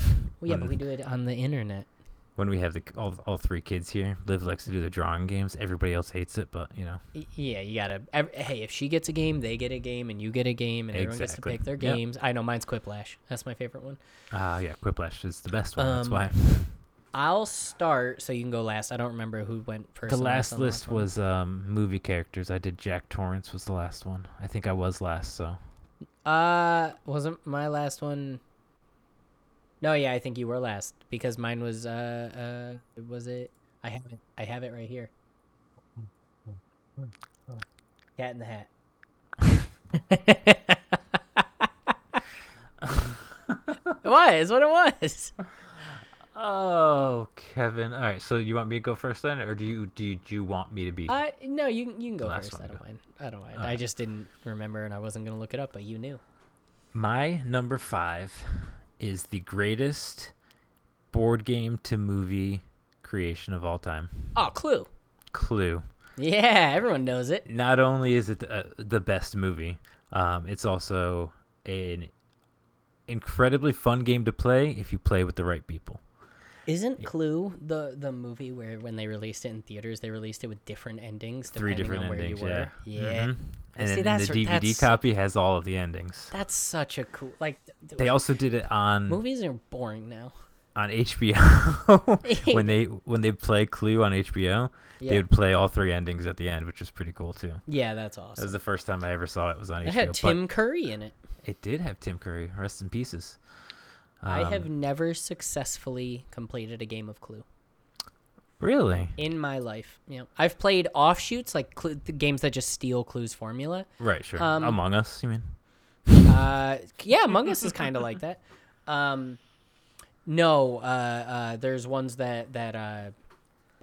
[SPEAKER 1] Well, yeah, but
[SPEAKER 2] when-
[SPEAKER 1] we do it on the internet.
[SPEAKER 2] when we have the all, all three kids here. Liv likes to do the drawing games. Everybody else hates it, but you know.
[SPEAKER 1] Y- Yeah, you gotta. ev hey, if she gets a game, they get a game, and you get a game, and everyone gets to
[SPEAKER 2] Exactly.
[SPEAKER 1] pick their
[SPEAKER 2] Yep.
[SPEAKER 1] games. I know mine's Quiplash. That's my favorite one.
[SPEAKER 2] Ah, yeah, Quiplash is the best one. that's
[SPEAKER 1] Um,
[SPEAKER 2] why
[SPEAKER 1] I'll start so you can go last. I don't remember who went first.
[SPEAKER 2] the
[SPEAKER 1] and
[SPEAKER 2] last
[SPEAKER 1] on the
[SPEAKER 2] list
[SPEAKER 1] one.
[SPEAKER 2] was um, movie characters. I did Jack Torrance was the last one. I think I was last, so
[SPEAKER 1] Uh, wasn't my last one? No, yeah, I think you were last because mine was. Uh, uh, was it? I have it. I have it right here. Cat in the
[SPEAKER 2] (laughs)
[SPEAKER 1] Hat. it was what it was.
[SPEAKER 2] Oh, Kevin. All right. So you want me to go first then, or do you do you, do you want me to be?
[SPEAKER 1] Uh, no, you can- you can go
[SPEAKER 2] Last
[SPEAKER 1] first.
[SPEAKER 2] one
[SPEAKER 1] I
[SPEAKER 2] to
[SPEAKER 1] don't
[SPEAKER 2] go.
[SPEAKER 1] mind. I don't mind. I
[SPEAKER 2] Alright.
[SPEAKER 1] just didn't remember and I wasn't gonna look it up, but you knew.
[SPEAKER 2] My number five is the greatest board game to movie creation of all time.
[SPEAKER 1] Oh, Clue.
[SPEAKER 2] Clue.
[SPEAKER 1] Yeah, everyone knows it.
[SPEAKER 2] Not only is it the, uh, the best movie, um, it's also an incredibly fun game to play if you play with the right people.
[SPEAKER 1] Isn't Clue the the movie where when they released it in theaters, they released it with different endings
[SPEAKER 2] Three
[SPEAKER 1] depending
[SPEAKER 2] different
[SPEAKER 1] on where
[SPEAKER 2] endings.
[SPEAKER 1] you were?
[SPEAKER 2] Yeah.
[SPEAKER 1] Yeah,
[SPEAKER 2] Mhm. And
[SPEAKER 1] see,
[SPEAKER 2] then
[SPEAKER 1] that's-
[SPEAKER 2] the DVD
[SPEAKER 1] that's-
[SPEAKER 2] copy has all of the endings.
[SPEAKER 1] that's such a cool. Like, th- th-
[SPEAKER 2] They also did it on
[SPEAKER 1] movies are boring now. (laughs)
[SPEAKER 2] on (laughs) HBO when they when they play Clue on HBO,
[SPEAKER 1] Yeah,
[SPEAKER 2] they would play all three endings at the end, which was pretty cool too.
[SPEAKER 1] yeah, that's
[SPEAKER 2] That
[SPEAKER 1] awesome.
[SPEAKER 2] was the first time I ever saw it was on
[SPEAKER 1] It
[SPEAKER 2] HBO.
[SPEAKER 1] had
[SPEAKER 2] but
[SPEAKER 1] Tim Curry in it.
[SPEAKER 2] it did have Tim Curry, rest in pieces.
[SPEAKER 1] I have
[SPEAKER 2] Um,
[SPEAKER 1] never successfully completed a game of Clue
[SPEAKER 2] really
[SPEAKER 1] in my life. You know, I've played offshoots like Clue, the games that just steal Clue's formula.
[SPEAKER 2] right, sure.
[SPEAKER 1] Um,
[SPEAKER 2] Among Us, you mean?
[SPEAKER 1] uh, yeah, Among Us is kind of like that. Um, no, uh, uh, there's ones that that uh,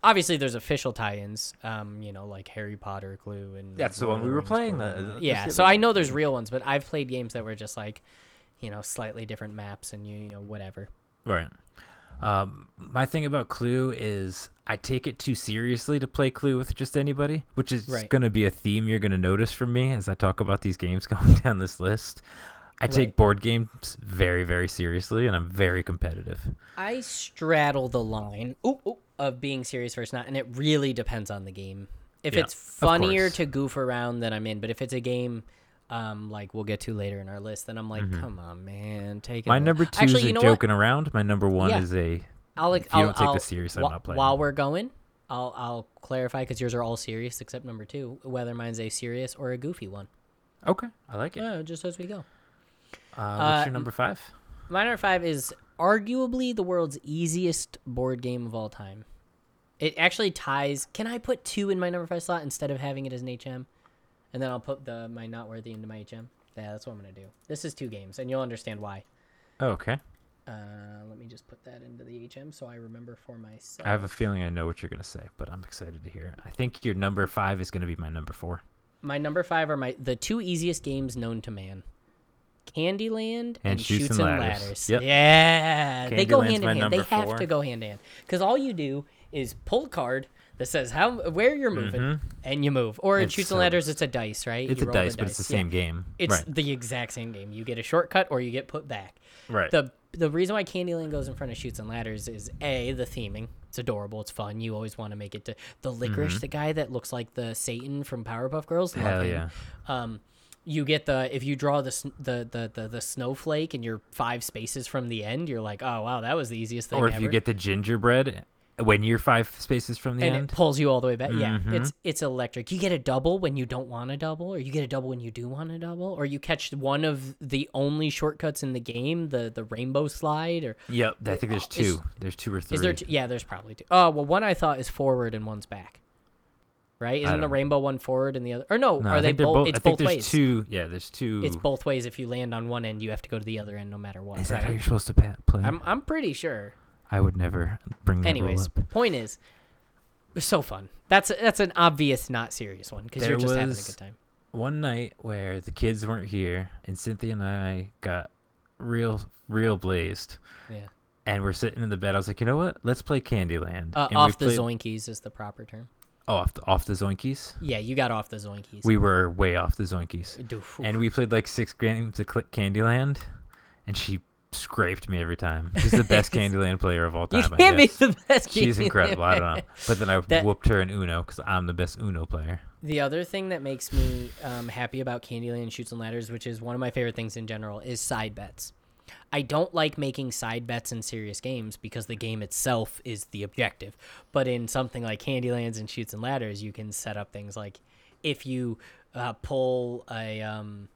[SPEAKER 1] obviously there's official tie-ins. Um, you know, like Harry Potter, Clue, and
[SPEAKER 2] That's the
[SPEAKER 1] Lord
[SPEAKER 2] one
[SPEAKER 1] of
[SPEAKER 2] we were
[SPEAKER 1] Rings,
[SPEAKER 2] playing.
[SPEAKER 1] Lord
[SPEAKER 2] the-
[SPEAKER 1] of
[SPEAKER 2] the-
[SPEAKER 1] Rings.
[SPEAKER 2] the
[SPEAKER 1] yeah,
[SPEAKER 2] shit
[SPEAKER 1] so
[SPEAKER 2] with-
[SPEAKER 1] I know there's real ones, but I've played games that were just like, you know, slightly different maps and you, you know whatever.
[SPEAKER 2] Right. Um, my thing about Clue is I take it too seriously to play Clue with just anybody, which is
[SPEAKER 1] Right.
[SPEAKER 2] going to be a theme you're going to notice from me as I talk about these games (laughs) going down this list. I take
[SPEAKER 1] Right.
[SPEAKER 2] board games very, very seriously, and I'm very competitive.
[SPEAKER 1] I straddle the line ooh, ooh, of being serious versus not, and it really depends on the game. If
[SPEAKER 2] Yeah,
[SPEAKER 1] it's
[SPEAKER 2] of
[SPEAKER 1] funnier
[SPEAKER 2] course.
[SPEAKER 1] to goof around, then I'm in. But if it's a game, um, like we'll get to later in our list, then I'm like, come on, man, take it.
[SPEAKER 2] Mm-hmm. My
[SPEAKER 1] away."
[SPEAKER 2] number two
[SPEAKER 1] Actually,
[SPEAKER 2] is
[SPEAKER 1] you
[SPEAKER 2] a
[SPEAKER 1] know
[SPEAKER 2] joking around. My number one
[SPEAKER 1] Yeah.
[SPEAKER 2] is a
[SPEAKER 1] What? I'll,
[SPEAKER 2] If you
[SPEAKER 1] I'll,
[SPEAKER 2] don't take
[SPEAKER 1] I'll-
[SPEAKER 2] this serious, I'm
[SPEAKER 1] wh-
[SPEAKER 2] not playing.
[SPEAKER 1] While we're going, I'll I'll clarify because yours are all serious except number two, whether mine's a serious or a goofy one.
[SPEAKER 2] okay. I like it.
[SPEAKER 1] Yeah, just as we go.
[SPEAKER 2] Uh,
[SPEAKER 1] uh,
[SPEAKER 2] what's your number five?
[SPEAKER 1] My number five is arguably the world's easiest board game of all time. It actually ties. Can I put two in my number five slot instead of having it as an HM? And then I'll put the my not worthy into my HM. Yeah, that's what I'm gonna do. This is two games, and you'll understand why.
[SPEAKER 2] Oh, okay.
[SPEAKER 1] Uh, let me just put that into the HM so I remember for myself.
[SPEAKER 2] I have a feeling I know what you're gonna say, but I'm excited to hear. it. I think your number five is gonna be my number four.
[SPEAKER 1] My number five are my the two easiest games known to man: Candyland and, Shoots, and Ladders.
[SPEAKER 2] Yep.
[SPEAKER 1] Yeah, they go
[SPEAKER 2] Candyland's
[SPEAKER 1] hand
[SPEAKER 2] my
[SPEAKER 1] in hand. They
[SPEAKER 2] number
[SPEAKER 1] have
[SPEAKER 2] four.
[SPEAKER 1] to go hand in hand because all you do is pull a card that says how where you're moving and you move. Or in
[SPEAKER 2] Mm-hmm. It's
[SPEAKER 1] Shoots
[SPEAKER 2] so-
[SPEAKER 1] and Ladders, it's a dice, right?
[SPEAKER 2] It's
[SPEAKER 1] You
[SPEAKER 2] a
[SPEAKER 1] roll the
[SPEAKER 2] dice, but it's the
[SPEAKER 1] Yeah.
[SPEAKER 2] same game.
[SPEAKER 1] It's
[SPEAKER 2] right.
[SPEAKER 1] the exact same game. You get a shortcut or you get put back.
[SPEAKER 2] Right.
[SPEAKER 1] The the reason why Candyland goes in front of Shoots and Ladders is a the theming. It's adorable. It's fun. You always want to make it to the licorice, the guy that looks like the Satan from Powerpuff Girls. Love
[SPEAKER 2] Mm-hmm. Hell
[SPEAKER 1] him. Um, you get the if you draw the sn- the, the the the snowflake and you're five spaces from the end, you're like, oh wow, that was the easiest thing.
[SPEAKER 2] or if
[SPEAKER 1] ever.
[SPEAKER 2] you get the gingerbread when you're five spaces from the
[SPEAKER 1] and
[SPEAKER 2] end.
[SPEAKER 1] it pulls you all the way back. Yeah,
[SPEAKER 2] Mm-hmm.
[SPEAKER 1] it's it's electric. You get a double when you don't want a double, or you get a double when you do want a double, or you catch one of the only shortcuts in the game, the the rainbow slide, or
[SPEAKER 2] Yep. I think there's
[SPEAKER 1] is-
[SPEAKER 2] two. there's two or three.
[SPEAKER 1] is there? Two, yeah, there's probably two. Oh well, one I thought is forward and one's back. Right? Isn't the
[SPEAKER 2] don't-
[SPEAKER 1] rainbow one forward and the other? Or no,
[SPEAKER 2] no,
[SPEAKER 1] are
[SPEAKER 2] I
[SPEAKER 1] they
[SPEAKER 2] think they're
[SPEAKER 1] both?
[SPEAKER 2] both.
[SPEAKER 1] It's
[SPEAKER 2] I
[SPEAKER 1] both
[SPEAKER 2] think there's
[SPEAKER 1] ways.
[SPEAKER 2] two. Yeah, there's two.
[SPEAKER 1] It's both ways. If you land on one end, you have to go to the other end, no matter what.
[SPEAKER 2] Is that how
[SPEAKER 1] right?
[SPEAKER 2] you're supposed to pa- play?
[SPEAKER 1] I'm I'm pretty sure.
[SPEAKER 2] I would never bring that rule
[SPEAKER 1] Anyways,
[SPEAKER 2] up.
[SPEAKER 1] point is, it was so fun. That's that's an obvious not serious one because you're
[SPEAKER 2] There
[SPEAKER 1] just having a
[SPEAKER 2] was-
[SPEAKER 1] good time.
[SPEAKER 2] one night where the kids weren't here and Cynthia and I got real real blazed
[SPEAKER 1] Yeah.
[SPEAKER 2] and we're sitting in the bed. I was like, you know what? Let's play Candyland.
[SPEAKER 1] Uh,
[SPEAKER 2] and we
[SPEAKER 1] off the
[SPEAKER 2] played-
[SPEAKER 1] zoinkies is the proper term.
[SPEAKER 2] Off the, off the zoinkies.
[SPEAKER 1] Yeah, you got off the zoinkies.
[SPEAKER 2] We were way off the zoinkies,
[SPEAKER 1] Doof.
[SPEAKER 2] and we played like six games of Cl- Candyland, and she scraped me every time. She's
[SPEAKER 1] (laughs)
[SPEAKER 2] the best Candyland player of all
[SPEAKER 1] (laughs) you
[SPEAKER 2] time. I
[SPEAKER 1] can't be
[SPEAKER 2] guess.
[SPEAKER 1] the best.
[SPEAKER 2] She's
[SPEAKER 1] game.
[SPEAKER 2] incredible. I
[SPEAKER 1] (laughs)
[SPEAKER 2] don't know, but then I
[SPEAKER 1] That-
[SPEAKER 2] whooped her in Uno because I'm the best Uno player.
[SPEAKER 1] The other thing that makes me um, happy about Candyland Shoots and Ladders, which is one of my favorite things in general, is side bets. I don't like making side bets in serious games because the game itself is the objective. But in something like Candylands and Shoots and Ladders, you can set up things like if you uh, pull a. Um,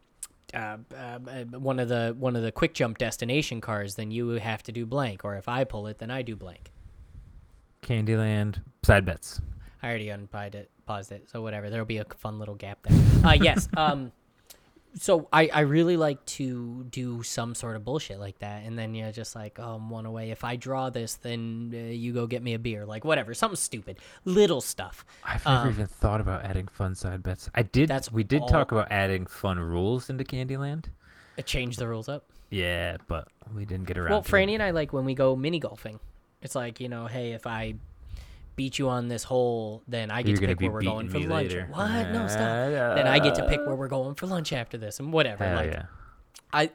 [SPEAKER 1] uh, um, uh, one of the one of the quick jump destination cars, then you have to do blank. Or if I pull it, then I do blank.
[SPEAKER 2] Candyland side bets.
[SPEAKER 1] I already unpaused it, paused it, so whatever. There'll be a fun little gap there. Uh,
[SPEAKER 2] (laughs)
[SPEAKER 1] yes. Um, so I, I really like to do some sort of bullshit like that, and then you're just like, oh, I'm one away. If I draw this, then uh, you go get me a beer, like whatever, something stupid, little stuff.
[SPEAKER 2] I've never
[SPEAKER 1] Um,
[SPEAKER 2] even thought about adding fun side bets. I did.
[SPEAKER 1] That's
[SPEAKER 2] we did
[SPEAKER 1] all-
[SPEAKER 2] talk about adding fun rules into Candyland.
[SPEAKER 1] Uh, Change the rules up.
[SPEAKER 2] Yeah, but we didn't get around.
[SPEAKER 1] Well,
[SPEAKER 2] to it.
[SPEAKER 1] Franny and I like when we go mini golfing. It's like you know, hey, if I beat you on this hole, then I get
[SPEAKER 2] You're
[SPEAKER 1] to
[SPEAKER 2] gonna
[SPEAKER 1] pick
[SPEAKER 2] be
[SPEAKER 1] where we're going
[SPEAKER 2] beating
[SPEAKER 1] for
[SPEAKER 2] me
[SPEAKER 1] lunch.
[SPEAKER 2] later.
[SPEAKER 1] What? No,
[SPEAKER 2] (laughs)
[SPEAKER 1] stop. Then I get to pick where we're going for lunch after this, and whatever.
[SPEAKER 2] Hell
[SPEAKER 1] like
[SPEAKER 2] yeah.
[SPEAKER 1] I,
[SPEAKER 2] A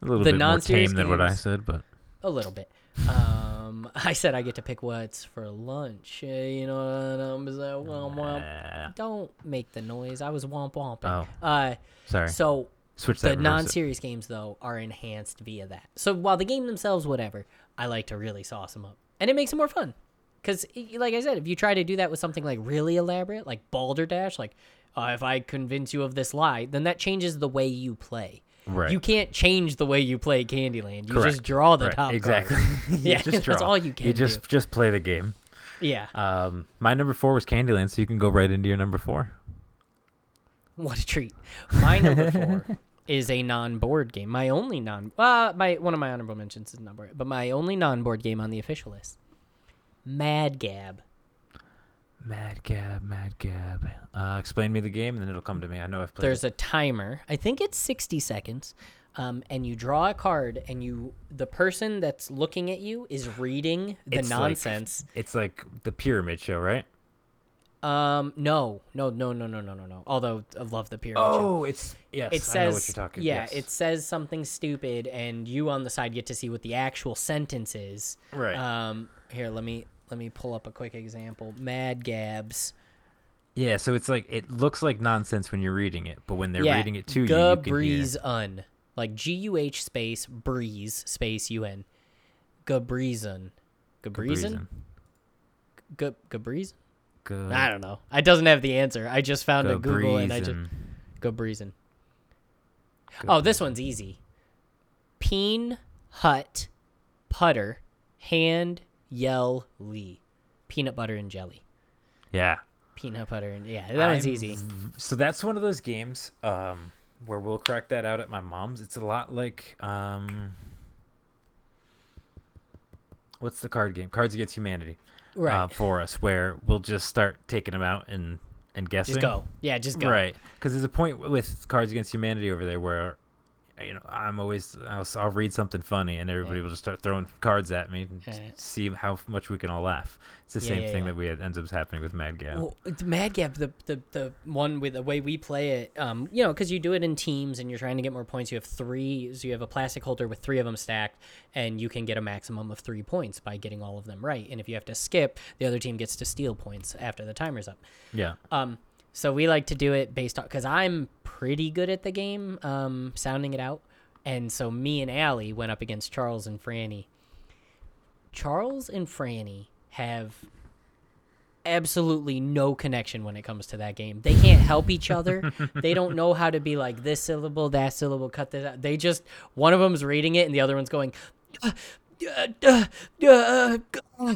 [SPEAKER 2] little
[SPEAKER 1] the
[SPEAKER 2] bit more tame
[SPEAKER 1] non-serious
[SPEAKER 2] than what I
[SPEAKER 1] games-
[SPEAKER 2] said, but
[SPEAKER 1] A little bit. Um, (laughs) I said I get to pick what's for lunch. eh, You know what I'm saying? Womp womp.
[SPEAKER 2] Uh,
[SPEAKER 1] Don't make the noise. I was womp womping.
[SPEAKER 2] Oh.
[SPEAKER 1] Uh,
[SPEAKER 2] sorry.
[SPEAKER 1] so
[SPEAKER 2] Switch that.
[SPEAKER 1] the
[SPEAKER 2] reverse it.
[SPEAKER 1] non-serious games though are enhanced via that. So while the game themselves, whatever, I like to really sauce them up, and it makes it more fun. Because, like I said, if you try to do that with something like really elaborate, like Balderdash, like uh, if I convince you of this lie, then that changes the way you play.
[SPEAKER 2] Right.
[SPEAKER 1] You can't change the way you play Candyland. You
[SPEAKER 2] Correct.
[SPEAKER 1] just draw the
[SPEAKER 2] Right,
[SPEAKER 1] top card.
[SPEAKER 2] Exactly. (laughs) You
[SPEAKER 1] Yeah, (laughs)
[SPEAKER 2] just
[SPEAKER 1] that's
[SPEAKER 2] draw.
[SPEAKER 1] all you can
[SPEAKER 2] You just just play the game.
[SPEAKER 1] Yeah.
[SPEAKER 2] Um, my number four was Candyland, so you can go right into your number four.
[SPEAKER 1] (laughs) What a treat. My number four is a non-board game. My only non uh my one of my honorable mentions is non-board, but my only non-board game on the official list. Mad Gab.
[SPEAKER 2] Mad Gab, Mad Gab. Uh, explain me the game, and then it'll come to me. I know I've played.
[SPEAKER 1] There's a timer. I think it's 60 seconds. Um, and you draw a card and you the person that's looking at you is reading the
[SPEAKER 2] It's like-
[SPEAKER 1] nonsense.
[SPEAKER 2] it. It's like the Pyramid Show, right?
[SPEAKER 1] Um no, no, no, no, no, no, no, no. Although I love the pyramid. show.
[SPEAKER 2] Oh, it's yes.
[SPEAKER 1] it
[SPEAKER 2] I know
[SPEAKER 1] says
[SPEAKER 2] what you're talking.
[SPEAKER 1] yeah
[SPEAKER 2] yes.
[SPEAKER 1] it says something stupid and you on the side get to see what the actual sentence is
[SPEAKER 2] Right.
[SPEAKER 1] um here let me let me pull up a quick example mad gabs
[SPEAKER 2] yeah. So it's like it looks like nonsense when you're reading it, but when they're
[SPEAKER 1] yeah
[SPEAKER 2] reading it to you, you
[SPEAKER 1] Guh
[SPEAKER 2] can hear-
[SPEAKER 1] breeze un like g-u-h space breeze space un gabreezun gabreezun Gu- gabreezun
[SPEAKER 2] Good.
[SPEAKER 1] i don't know i doesn't have the answer i just found a
[SPEAKER 2] Go
[SPEAKER 1] google and i just gabreezun
[SPEAKER 2] breezin'.
[SPEAKER 1] oh this one's easy peen hut putter hand yell lee peanut butter and jelly
[SPEAKER 2] yeah.
[SPEAKER 1] peanut butter and yeah that one's
[SPEAKER 2] I'm
[SPEAKER 1] easy
[SPEAKER 2] v- So that's one of those games um, where we'll crack that out at my mom's. It's a lot like um, what's the card game? Cards Against Humanity.
[SPEAKER 1] right
[SPEAKER 2] Uh, for us, where we'll just start taking them out and and guessing.
[SPEAKER 1] Just go. Yeah, just go.
[SPEAKER 2] Right, because there's a point w- with Cards Against Humanity over there where, you know, I'm always I'll, s- I'll read something funny and everybody will just start throwing cards at me and just
[SPEAKER 1] Yeah.
[SPEAKER 2] see how f- much we can all laugh. It's the
[SPEAKER 1] Yeah,
[SPEAKER 2] same
[SPEAKER 1] yeah,
[SPEAKER 2] thing
[SPEAKER 1] yeah.
[SPEAKER 2] that we had ends up happening with Mad Gab.
[SPEAKER 1] Well, it's Mad Gap, the, the the one with the way we play it, um, you know, because you do it in teams and you're trying to get more points. You have three, so you have a plastic holder with three of them stacked, and you can get a maximum of three points by getting all of them right. And if you have to skip, the other team gets to steal points after the timer's up.
[SPEAKER 2] yeah,
[SPEAKER 1] Um, so we like to do it based on because I'm pretty good at the game, um, sounding it out. And so me and Allie went up against Charles and Franny. Charles and Franny have absolutely no connection when it comes to that game. They can't help each other. they don't know how to be like this syllable, that syllable, cut this out. They just one of them's reading it and the other one's going uh, uh, uh, uh,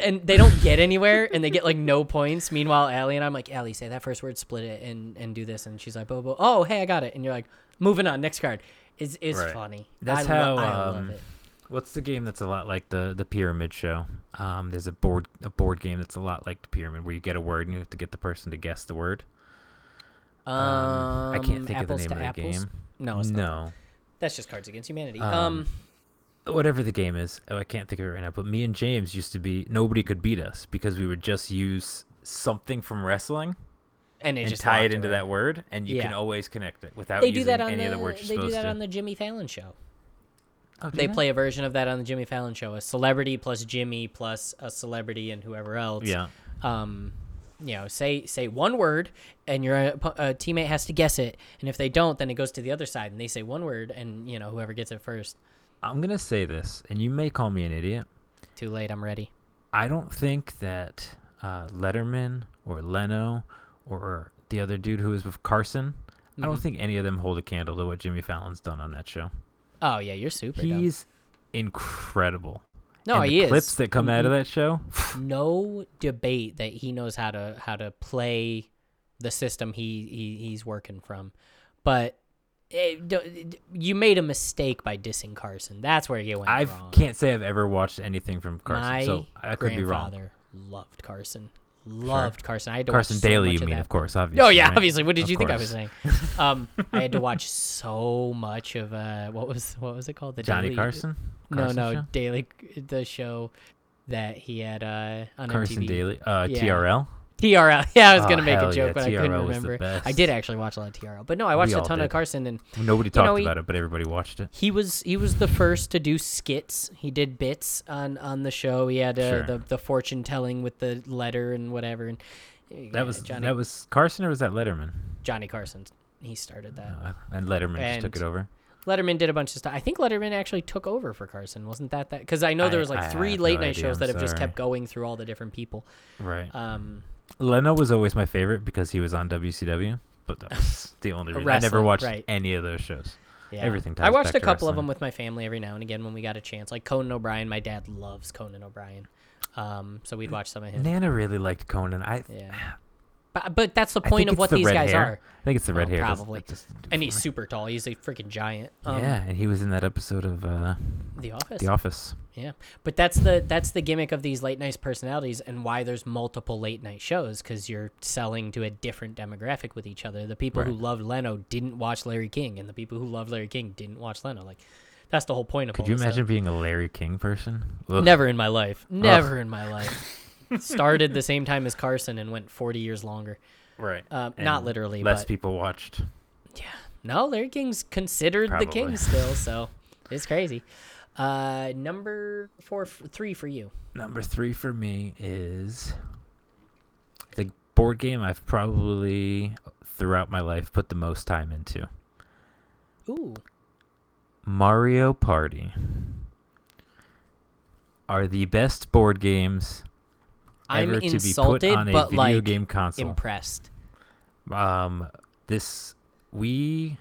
[SPEAKER 1] and they don't get anywhere and they get like no points. Meanwhile, Allie and I'm like, Allie, say that first word, split it and and do this and she's like, Bobo, oh hey, I got it. And you're like, moving on, next card. It's, it's
[SPEAKER 2] Right.
[SPEAKER 1] funny.
[SPEAKER 2] That's
[SPEAKER 1] I lo-
[SPEAKER 2] how,
[SPEAKER 1] I love
[SPEAKER 2] um,
[SPEAKER 1] it.
[SPEAKER 2] what's the game that's a lot like the the Pyramid Show? Um, there's a board a board game that's a lot like the Pyramid where you get a word and you have to get the person to guess the word.
[SPEAKER 1] Um,
[SPEAKER 2] I can't think of the
[SPEAKER 1] apples
[SPEAKER 2] name
[SPEAKER 1] to
[SPEAKER 2] of the
[SPEAKER 1] apples?
[SPEAKER 2] game.
[SPEAKER 1] No, it's not.
[SPEAKER 2] no.
[SPEAKER 1] That's just Cards Against Humanity. Um,
[SPEAKER 2] Um, whatever the game is. Oh, I can't think of it right now. But me and James used to be nobody could beat us because we would just use something from wrestling
[SPEAKER 1] and it
[SPEAKER 2] and
[SPEAKER 1] just
[SPEAKER 2] tie it
[SPEAKER 1] locked
[SPEAKER 2] into
[SPEAKER 1] away.
[SPEAKER 2] that word, and you can
[SPEAKER 1] Yeah.
[SPEAKER 2] always connect it without
[SPEAKER 1] They
[SPEAKER 2] using
[SPEAKER 1] do that on
[SPEAKER 2] any
[SPEAKER 1] the
[SPEAKER 2] other word
[SPEAKER 1] they
[SPEAKER 2] you're
[SPEAKER 1] do
[SPEAKER 2] supposed
[SPEAKER 1] that
[SPEAKER 2] to.
[SPEAKER 1] on the Jimmy Fallon show.
[SPEAKER 2] Oh, do
[SPEAKER 1] They play a version of that on the Jimmy Fallon show. A celebrity plus Jimmy plus a celebrity and whoever else.
[SPEAKER 2] Yeah.
[SPEAKER 1] um, you know, say say one word, and your uh, po- uh, teammate has to guess it. And if they don't, then it goes to the other side, and they say one word, and you know, whoever gets it first.
[SPEAKER 2] I'm gonna say this, and you may call me an idiot.
[SPEAKER 1] Too late. I'm ready.
[SPEAKER 2] I don't think that uh, Letterman or Leno or the other dude who was with Carson. I
[SPEAKER 1] Mm-hmm.
[SPEAKER 2] don't think any of them hold a candle to what Jimmy Fallon's done on that show.
[SPEAKER 1] Oh yeah, you're super. dumb.
[SPEAKER 2] He's incredible.
[SPEAKER 1] no,
[SPEAKER 2] and
[SPEAKER 1] he
[SPEAKER 2] the
[SPEAKER 1] is.
[SPEAKER 2] Clips that come out of that show.
[SPEAKER 1] no debate that he knows how to how to play the system he, he he's working from but it, don't- you made a mistake by dissing carson that's where you went
[SPEAKER 2] I
[SPEAKER 1] wrong.
[SPEAKER 2] can't say I've ever watched anything from Carson,
[SPEAKER 1] my
[SPEAKER 2] so I could be wrong.
[SPEAKER 1] grandfather loved carson loved carson i had to
[SPEAKER 2] Carson
[SPEAKER 1] watch so
[SPEAKER 2] Daly,
[SPEAKER 1] much
[SPEAKER 2] you
[SPEAKER 1] of
[SPEAKER 2] mean,
[SPEAKER 1] that
[SPEAKER 2] of course, obviously.
[SPEAKER 1] Oh yeah,
[SPEAKER 2] right?
[SPEAKER 1] obviously. What did
[SPEAKER 2] Of
[SPEAKER 1] you think I was
[SPEAKER 2] course.
[SPEAKER 1] saying? Um, I had to watch so much of uh, what was what was it called? The
[SPEAKER 2] Johnny
[SPEAKER 1] Daily-
[SPEAKER 2] Carson. Carson
[SPEAKER 1] no, no,
[SPEAKER 2] show?
[SPEAKER 1] Daily, the show that he had uh, on
[SPEAKER 2] Carson
[SPEAKER 1] MTV.
[SPEAKER 2] Daly, uh,
[SPEAKER 1] Yeah.
[SPEAKER 2] TRL.
[SPEAKER 1] TRL. (laughs) Yeah, I was
[SPEAKER 2] Oh,
[SPEAKER 1] gonna make a
[SPEAKER 2] hell
[SPEAKER 1] joke,
[SPEAKER 2] yeah,
[SPEAKER 1] but I couldn't
[SPEAKER 2] TRL was the
[SPEAKER 1] remember. I
[SPEAKER 2] best.
[SPEAKER 1] did actually watch a lot of TRL, but no, I watched a
[SPEAKER 2] all
[SPEAKER 1] ton of
[SPEAKER 2] did.
[SPEAKER 1] Carson, and
[SPEAKER 2] Nobody
[SPEAKER 1] You know,
[SPEAKER 2] talked
[SPEAKER 1] he-
[SPEAKER 2] about it, but everybody watched it.
[SPEAKER 1] he was he was the first to do skits. He did bits on on the show. He had uh,
[SPEAKER 2] Sure.
[SPEAKER 1] the the fortune telling with the letter and whatever, and yeah,
[SPEAKER 2] That was
[SPEAKER 1] Johnny
[SPEAKER 2] that was Carson or was that Letterman?
[SPEAKER 1] Johnny Carson. He started that.
[SPEAKER 2] Uh, and Letterman just took
[SPEAKER 1] And
[SPEAKER 2] it over.
[SPEAKER 1] Letterman did a bunch of stuff. I think Letterman actually took over for Carson. Wasn't that that? Because I know there
[SPEAKER 2] I-
[SPEAKER 1] was
[SPEAKER 2] I
[SPEAKER 1] like three
[SPEAKER 2] have no
[SPEAKER 1] late night
[SPEAKER 2] idea,
[SPEAKER 1] shows
[SPEAKER 2] I'm
[SPEAKER 1] that have just
[SPEAKER 2] sorry.
[SPEAKER 1] kept going through all the different people.
[SPEAKER 2] Right.
[SPEAKER 1] Um,
[SPEAKER 2] Leno was always my favorite because he was on WCW, but that
[SPEAKER 1] (laughs)
[SPEAKER 2] was the only reason. I never
[SPEAKER 1] wrestling,
[SPEAKER 2] watched
[SPEAKER 1] right.
[SPEAKER 2] any of those shows.
[SPEAKER 1] Yeah.
[SPEAKER 2] Everything
[SPEAKER 1] I
[SPEAKER 2] ties
[SPEAKER 1] watched
[SPEAKER 2] back
[SPEAKER 1] a
[SPEAKER 2] to
[SPEAKER 1] couple of
[SPEAKER 2] wrestling.
[SPEAKER 1] them with my family every now and again when we got a chance. Like Conan O'Brien, my dad loves Conan O'Brien, um, so we'd watch some of him.
[SPEAKER 2] Nana really liked Conan. I.
[SPEAKER 1] Yeah. But, but that's the
[SPEAKER 2] uh, I think
[SPEAKER 1] point of
[SPEAKER 2] it's
[SPEAKER 1] what
[SPEAKER 2] the
[SPEAKER 1] these
[SPEAKER 2] red
[SPEAKER 1] guys
[SPEAKER 2] hair.
[SPEAKER 1] are.
[SPEAKER 2] I think it's the red
[SPEAKER 1] Oh,
[SPEAKER 2] hair. that's-
[SPEAKER 1] probably.
[SPEAKER 2] that just-
[SPEAKER 1] And he's super tall. He's a freaking giant. Um,
[SPEAKER 2] yeah, and he was in that episode of uh,
[SPEAKER 1] The Office.
[SPEAKER 2] The Office.
[SPEAKER 1] Yeah, but that's the that's the gimmick of these late night personalities and why there's multiple late night shows because you're selling to a different demographic with each other. The people who
[SPEAKER 2] Right.
[SPEAKER 1] loved Leno didn't watch Larry King, and the people who loved Larry King didn't watch Leno. Like, that's the whole point of.
[SPEAKER 2] Could
[SPEAKER 1] all
[SPEAKER 2] you
[SPEAKER 1] this
[SPEAKER 2] imagine
[SPEAKER 1] stuff.
[SPEAKER 2] being a Larry King person? Ugh.
[SPEAKER 1] Never in my life. Never in my
[SPEAKER 2] (laughs)
[SPEAKER 1] life. Started the same time as Carson and went 40 years longer.
[SPEAKER 2] Right.
[SPEAKER 1] Um, not
[SPEAKER 2] And
[SPEAKER 1] literally,
[SPEAKER 2] Less
[SPEAKER 1] but
[SPEAKER 2] people watched.
[SPEAKER 1] no, Larry King's considered the king
[SPEAKER 2] Probably.
[SPEAKER 1] still,
[SPEAKER 2] (laughs)
[SPEAKER 1] so it's crazy. Uh, number four, f- three for you.
[SPEAKER 2] Number three for me is the board game I've probably throughout my life put the most time into
[SPEAKER 1] Ooh.
[SPEAKER 2] Mario Party. Are the best board games
[SPEAKER 1] I'm
[SPEAKER 2] ever to be put
[SPEAKER 1] insulted,
[SPEAKER 2] on a
[SPEAKER 1] but
[SPEAKER 2] video
[SPEAKER 1] like
[SPEAKER 2] game console.
[SPEAKER 1] impressed.
[SPEAKER 2] um, this we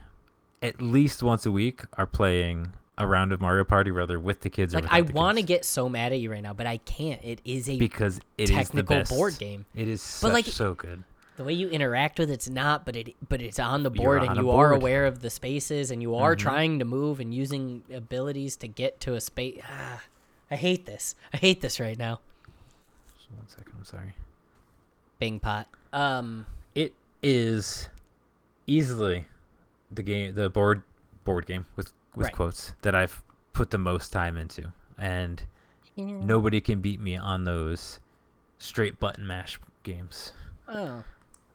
[SPEAKER 2] at least once a week are playing a round of Mario Party, whether with the kids
[SPEAKER 1] Like
[SPEAKER 2] or
[SPEAKER 1] I
[SPEAKER 2] without the
[SPEAKER 1] want to
[SPEAKER 2] kids,
[SPEAKER 1] get so mad at you right now, but I can't. It is a
[SPEAKER 2] because it is
[SPEAKER 1] technical
[SPEAKER 2] the best.
[SPEAKER 1] board game.
[SPEAKER 2] It is
[SPEAKER 1] But,
[SPEAKER 2] such,
[SPEAKER 1] like,
[SPEAKER 2] so good.
[SPEAKER 1] the way you interact with it's not, but it but it's on the
[SPEAKER 2] You're
[SPEAKER 1] board
[SPEAKER 2] on
[SPEAKER 1] and
[SPEAKER 2] a
[SPEAKER 1] you are
[SPEAKER 2] board. Mm-hmm.
[SPEAKER 1] aware of the spaces and you are trying to move and using abilities to get to a space. Ah, I hate this. I hate this right now.
[SPEAKER 2] Just One second, I'm sorry.
[SPEAKER 1] Bing pot. Um,
[SPEAKER 2] It is easily the game, the board board game with with
[SPEAKER 1] Right.
[SPEAKER 2] quotes that I've put the most time into, and nobody can beat me on those straight button mash games.
[SPEAKER 1] Oh,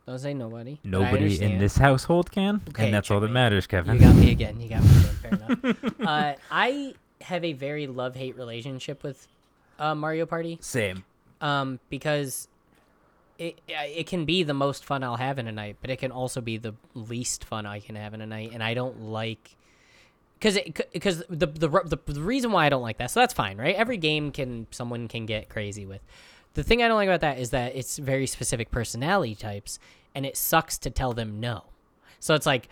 [SPEAKER 1] those ain't nobody. but I
[SPEAKER 2] Nobody in
[SPEAKER 1] understand.
[SPEAKER 2] this household can,
[SPEAKER 1] Okay,
[SPEAKER 2] and that's all that
[SPEAKER 1] checkmate.
[SPEAKER 2] matters, Kevin.
[SPEAKER 1] You got me again. You got me again.
[SPEAKER 2] (laughs)
[SPEAKER 1] Fair enough. Uh, I have a very love hate relationship with uh, Mario Party
[SPEAKER 2] Same.
[SPEAKER 1] um, because it it can be the most fun I'll have in a night, but it can also be the least fun I can have in a night, and I don't like because because the, the ru- the the reason why I don't like that. So that's fine, right? Every game can someone can get crazy with. The thing I don't like about that is that it's very specific personality types, and it sucks to tell them no. So it's like,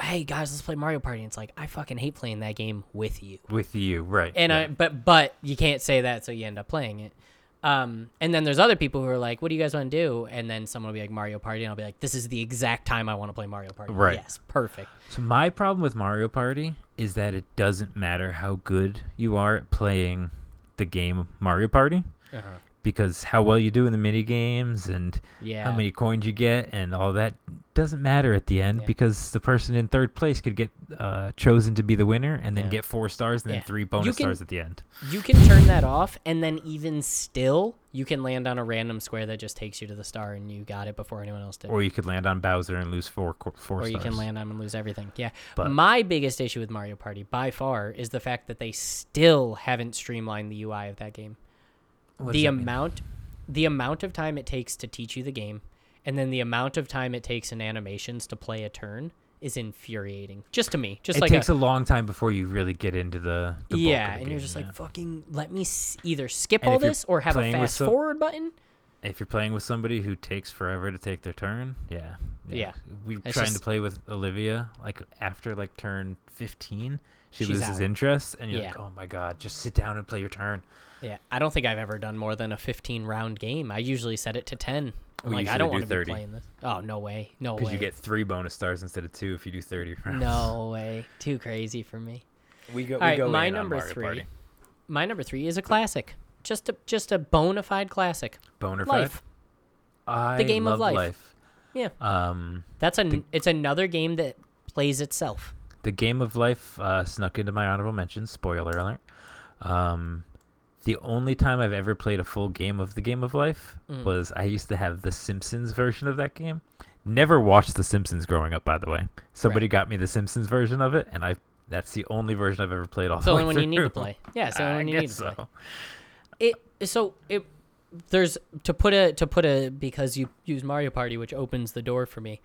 [SPEAKER 1] hey guys, let's play Mario Party. And it's like I fucking hate playing that game with you
[SPEAKER 2] With you, right.
[SPEAKER 1] and
[SPEAKER 2] yeah.
[SPEAKER 1] I, but but you can't say that, so you end up playing it. Um, and then there's other people who are like, "What do you guys want to do?" And then someone will be like, "Mario Party," and I'll be like, "This is the exact time I want to play Mario Party."
[SPEAKER 2] Right.
[SPEAKER 1] Yes, perfect.
[SPEAKER 2] So my problem with Mario Party is that it doesn't matter how good you are at playing the game Mario Party because how well you do in the mini games and
[SPEAKER 1] Yeah.
[SPEAKER 2] how many coins you get and all that doesn't matter at the end
[SPEAKER 1] Yeah.
[SPEAKER 2] because the person in third place could get uh, chosen to be the winner and then
[SPEAKER 1] Yeah.
[SPEAKER 2] get four stars and
[SPEAKER 1] Yeah.
[SPEAKER 2] then three
[SPEAKER 1] You
[SPEAKER 2] bonus
[SPEAKER 1] can-
[SPEAKER 2] stars at the end.
[SPEAKER 1] You can turn that off, and then even still, you can land on a random square that just takes you to the star, and you got it before anyone else did.
[SPEAKER 2] Or you could land on Bowser and lose four co- four
[SPEAKER 1] or
[SPEAKER 2] stars.
[SPEAKER 1] you can land on 'em and lose everything. Yeah.
[SPEAKER 2] But-
[SPEAKER 1] My biggest issue with Mario Party by far is the fact that they still haven't streamlined the UI of that game.
[SPEAKER 2] What does
[SPEAKER 1] the
[SPEAKER 2] that mean?
[SPEAKER 1] amount the amount of time it takes to teach you the game and then the amount of time it takes in animations to play a turn is infuriating just to me just
[SPEAKER 2] it
[SPEAKER 1] like
[SPEAKER 2] takes
[SPEAKER 1] a,
[SPEAKER 2] a long time for you really get into the, the bulk of
[SPEAKER 1] yeah
[SPEAKER 2] the
[SPEAKER 1] and you're
[SPEAKER 2] game,
[SPEAKER 1] just
[SPEAKER 2] yeah.
[SPEAKER 1] like fucking let me s- either skip
[SPEAKER 2] And
[SPEAKER 1] all
[SPEAKER 2] if you're
[SPEAKER 1] this or have a
[SPEAKER 2] playing with
[SPEAKER 1] fast
[SPEAKER 2] some-
[SPEAKER 1] forward button
[SPEAKER 2] if you're playing with somebody who takes forever to take their turn, yeah,
[SPEAKER 1] Yeah.
[SPEAKER 2] We were
[SPEAKER 1] It's
[SPEAKER 2] trying to
[SPEAKER 1] just-
[SPEAKER 2] play with Olivia like after like turn 15, she
[SPEAKER 1] She's
[SPEAKER 2] loses
[SPEAKER 1] out.
[SPEAKER 2] interest, and you're like,
[SPEAKER 1] Yeah.
[SPEAKER 2] oh my god, just sit down and play your turn.
[SPEAKER 1] yeah i don't think i've ever done more than a 15 round game i usually set it to 10 I'm like
[SPEAKER 2] We
[SPEAKER 1] i
[SPEAKER 2] usually
[SPEAKER 1] don't
[SPEAKER 2] do
[SPEAKER 1] want to be
[SPEAKER 2] 30.
[SPEAKER 1] playing this oh no way no
[SPEAKER 2] Because
[SPEAKER 1] way
[SPEAKER 2] you get three bonus stars instead of two if you do 30 (laughs) rounds.
[SPEAKER 1] no way too crazy for me
[SPEAKER 2] we go. We
[SPEAKER 1] All right,
[SPEAKER 2] go
[SPEAKER 1] my
[SPEAKER 2] in on
[SPEAKER 1] number
[SPEAKER 2] Mario
[SPEAKER 1] three.
[SPEAKER 2] Party.
[SPEAKER 1] my number three is a classic just a just a bona fide classic
[SPEAKER 2] Boner
[SPEAKER 1] life
[SPEAKER 2] I
[SPEAKER 1] game of
[SPEAKER 2] love
[SPEAKER 1] life. yeah
[SPEAKER 2] Um,
[SPEAKER 1] That's an it's another game that plays itself.
[SPEAKER 2] the game of life uh, snuck into my honorable mentions. Spoiler alert. Um, the only time I've ever played a full game of the game of life
[SPEAKER 1] Mm.
[SPEAKER 2] was I used to have the Simpsons version of that game. Never watched the Simpsons growing up, by the way. Somebody got me the Simpsons version of it, and I that's the only version I've ever played. All
[SPEAKER 1] It's
[SPEAKER 2] the
[SPEAKER 1] the only
[SPEAKER 2] way
[SPEAKER 1] one you need to
[SPEAKER 2] through.
[SPEAKER 1] play. Yeah, it's the only
[SPEAKER 2] Oh, (laughs) I
[SPEAKER 1] one you need
[SPEAKER 2] guess
[SPEAKER 1] to play.
[SPEAKER 2] so.
[SPEAKER 1] It so it there's to put a to put a because you use Mario Party, which opens the door for me.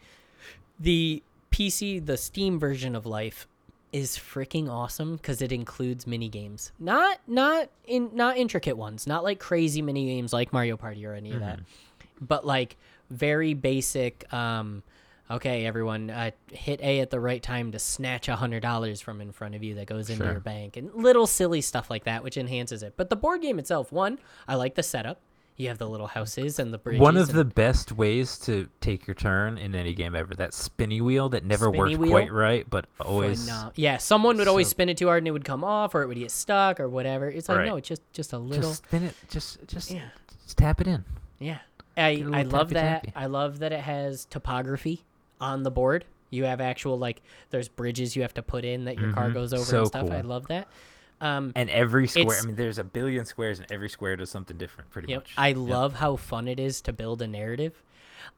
[SPEAKER 1] The PC, the Steam version of Life is freaking awesome because it includes mini games. Not not in not intricate ones, not like crazy mini games like Mario Party or any of that.
[SPEAKER 2] Mm-hmm.
[SPEAKER 1] But like very basic um okay everyone uh, hit a at the right time to snatch a hundred dollars from in front of you that goes into
[SPEAKER 2] Sure.
[SPEAKER 1] your bank and little silly stuff like that which enhances it but the board game itself one i like the setup you have the little houses and the bridges
[SPEAKER 2] One of
[SPEAKER 1] and-
[SPEAKER 2] the best ways to take your turn in any game ever. That spinny wheel that never
[SPEAKER 1] Spinny
[SPEAKER 2] worked
[SPEAKER 1] wheel?
[SPEAKER 2] quite right, but always
[SPEAKER 1] Phenom- yeah, someone would always
[SPEAKER 2] So-
[SPEAKER 1] spin it too hard and it would come off, or it would get stuck, or whatever. It's like
[SPEAKER 2] Right.
[SPEAKER 1] no, it's just just a little.
[SPEAKER 2] just spin it. Just just
[SPEAKER 1] Yeah.
[SPEAKER 2] just tap it in.
[SPEAKER 1] yeah, I
[SPEAKER 2] get a little
[SPEAKER 1] I love
[SPEAKER 2] tappy
[SPEAKER 1] that.
[SPEAKER 2] tappy.
[SPEAKER 1] I love that it has topography on the board. You have actual like there's bridges you have to put in that your car
[SPEAKER 2] Mhm.
[SPEAKER 1] goes over
[SPEAKER 2] So
[SPEAKER 1] and stuff. I
[SPEAKER 2] cool.
[SPEAKER 1] love that. Um,
[SPEAKER 2] And every square,
[SPEAKER 1] It's-
[SPEAKER 2] I mean, there's a billion squares, and every square does something different, pretty
[SPEAKER 1] Yep.
[SPEAKER 2] much.
[SPEAKER 1] I love how fun it is to build a narrative.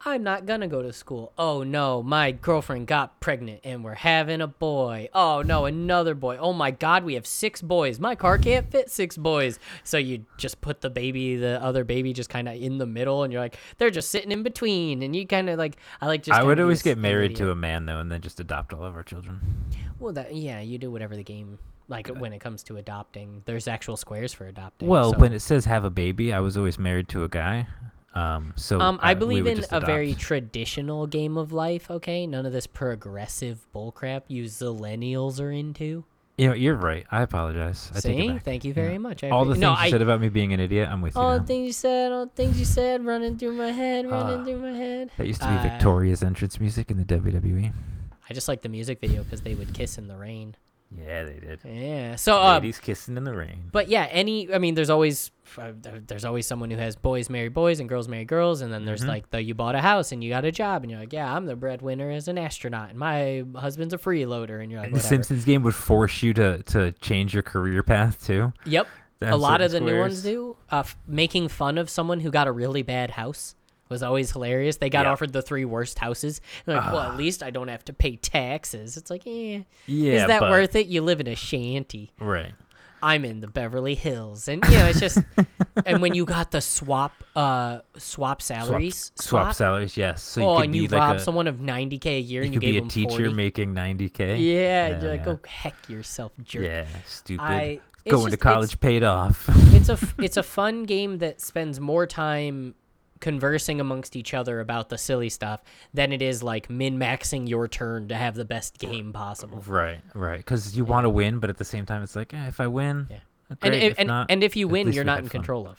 [SPEAKER 1] I'm not gonna go to school. Oh no, my girlfriend got pregnant and we're having a boy. Oh no, another boy. Oh my god, we have six boys. My car can't fit six boys. So you just put the baby, the other baby, just kind of in the middle, and you're like, they're just sitting in between, and you kind of like, I like just.
[SPEAKER 2] I
[SPEAKER 1] kinda
[SPEAKER 2] would
[SPEAKER 1] be
[SPEAKER 2] always
[SPEAKER 1] this
[SPEAKER 2] get married
[SPEAKER 1] intermediate.
[SPEAKER 2] to a man though, and then just adopt all of our children.
[SPEAKER 1] Well, that yeah, you do whatever the game like when it comes to adopting. There's actual squares for adopting.
[SPEAKER 2] Uh, Well,
[SPEAKER 1] so-
[SPEAKER 2] when it says have a baby, I was always married to a guy. Um, so
[SPEAKER 1] Um, I
[SPEAKER 2] we
[SPEAKER 1] believe
[SPEAKER 2] would
[SPEAKER 1] in
[SPEAKER 2] just
[SPEAKER 1] a very
[SPEAKER 2] adopt.
[SPEAKER 1] traditional game of life. Okay, none of this progressive bullcrap you zillennials are into.
[SPEAKER 2] You know, you're right. I apologize. I take it
[SPEAKER 1] See,
[SPEAKER 2] back.
[SPEAKER 1] thank you
[SPEAKER 2] Yeah.
[SPEAKER 1] very much. I
[SPEAKER 2] All
[SPEAKER 1] appre-
[SPEAKER 2] the things
[SPEAKER 1] no,
[SPEAKER 2] you
[SPEAKER 1] I, Oh,
[SPEAKER 2] said about me being an idiot, I'm with you.
[SPEAKER 1] all
[SPEAKER 2] now.
[SPEAKER 1] the things you said, all the things you said, running through my head, running
[SPEAKER 2] Ah.
[SPEAKER 1] through my head.
[SPEAKER 2] that used to be
[SPEAKER 1] Uh,
[SPEAKER 2] Victoria's entrance music in the E. WWE.
[SPEAKER 1] I just like the music video because they would kiss in the rain.
[SPEAKER 2] Yeah, they did.
[SPEAKER 1] Yeah. So, uh,
[SPEAKER 2] Ladies kissing in the rain.
[SPEAKER 1] but yeah, any. I mean, there's always uh, there- there's always someone who has boys marry boys and girls marry girls, and then there's
[SPEAKER 2] Mhm.
[SPEAKER 1] like the you bought a house and you got a job, and you're like, yeah, I'm the breadwinner as an astronaut, and my husband's a freeloader, and you're like,
[SPEAKER 2] And
[SPEAKER 1] whatever.
[SPEAKER 2] the Simpsons game would force you to to change your career path too.
[SPEAKER 1] Yep.
[SPEAKER 2] That's
[SPEAKER 1] a lot
[SPEAKER 2] it,
[SPEAKER 1] of the new ones
[SPEAKER 2] squares.
[SPEAKER 1] do. Uh, f- making fun of someone who got a really bad house was always hilarious. They got
[SPEAKER 2] Yeah. Ah.
[SPEAKER 1] offered the three worst houses. They're like, well, at least I don't have to pay taxes. It's like, eh,
[SPEAKER 2] Yeah,
[SPEAKER 1] is that
[SPEAKER 2] but-
[SPEAKER 1] worth it? You live in a shanty.
[SPEAKER 2] Right.
[SPEAKER 1] I'm in the Beverly Hills, and you know, it's
[SPEAKER 2] (laughs)
[SPEAKER 1] just. and when you got the swap, uh, swap salaries,
[SPEAKER 2] swap, salaries. Yes. So you
[SPEAKER 1] oh,
[SPEAKER 2] could
[SPEAKER 1] and
[SPEAKER 2] be
[SPEAKER 1] you
[SPEAKER 2] like
[SPEAKER 1] robbed
[SPEAKER 2] a,
[SPEAKER 1] someone of 90k a year,
[SPEAKER 2] You
[SPEAKER 1] and you
[SPEAKER 2] could
[SPEAKER 1] gave
[SPEAKER 2] be a
[SPEAKER 1] them
[SPEAKER 2] teacher
[SPEAKER 1] 40.
[SPEAKER 2] making ninety k.
[SPEAKER 1] Yeah, and you're like,
[SPEAKER 2] yeah.
[SPEAKER 1] go heck yourself, jerk.
[SPEAKER 2] Yeah, stupid.
[SPEAKER 1] I- it's
[SPEAKER 2] Going
[SPEAKER 1] just-
[SPEAKER 2] to
[SPEAKER 1] it's-
[SPEAKER 2] college paid off. (laughs)
[SPEAKER 1] it's a f- (laughs) it's a fun game that spends more time conversing amongst each other about the silly stuff than it is like min maxing your turn to have the best game possible.
[SPEAKER 2] right, right. Because you want to win, but at the same time, it's like, eh, if I win,
[SPEAKER 1] Yeah.
[SPEAKER 2] great.
[SPEAKER 1] and
[SPEAKER 2] if,
[SPEAKER 1] if, and,
[SPEAKER 2] not,
[SPEAKER 1] and if you
[SPEAKER 2] at
[SPEAKER 1] win,
[SPEAKER 2] least
[SPEAKER 1] you're
[SPEAKER 2] we
[SPEAKER 1] not
[SPEAKER 2] had
[SPEAKER 1] in
[SPEAKER 2] fun.
[SPEAKER 1] control of.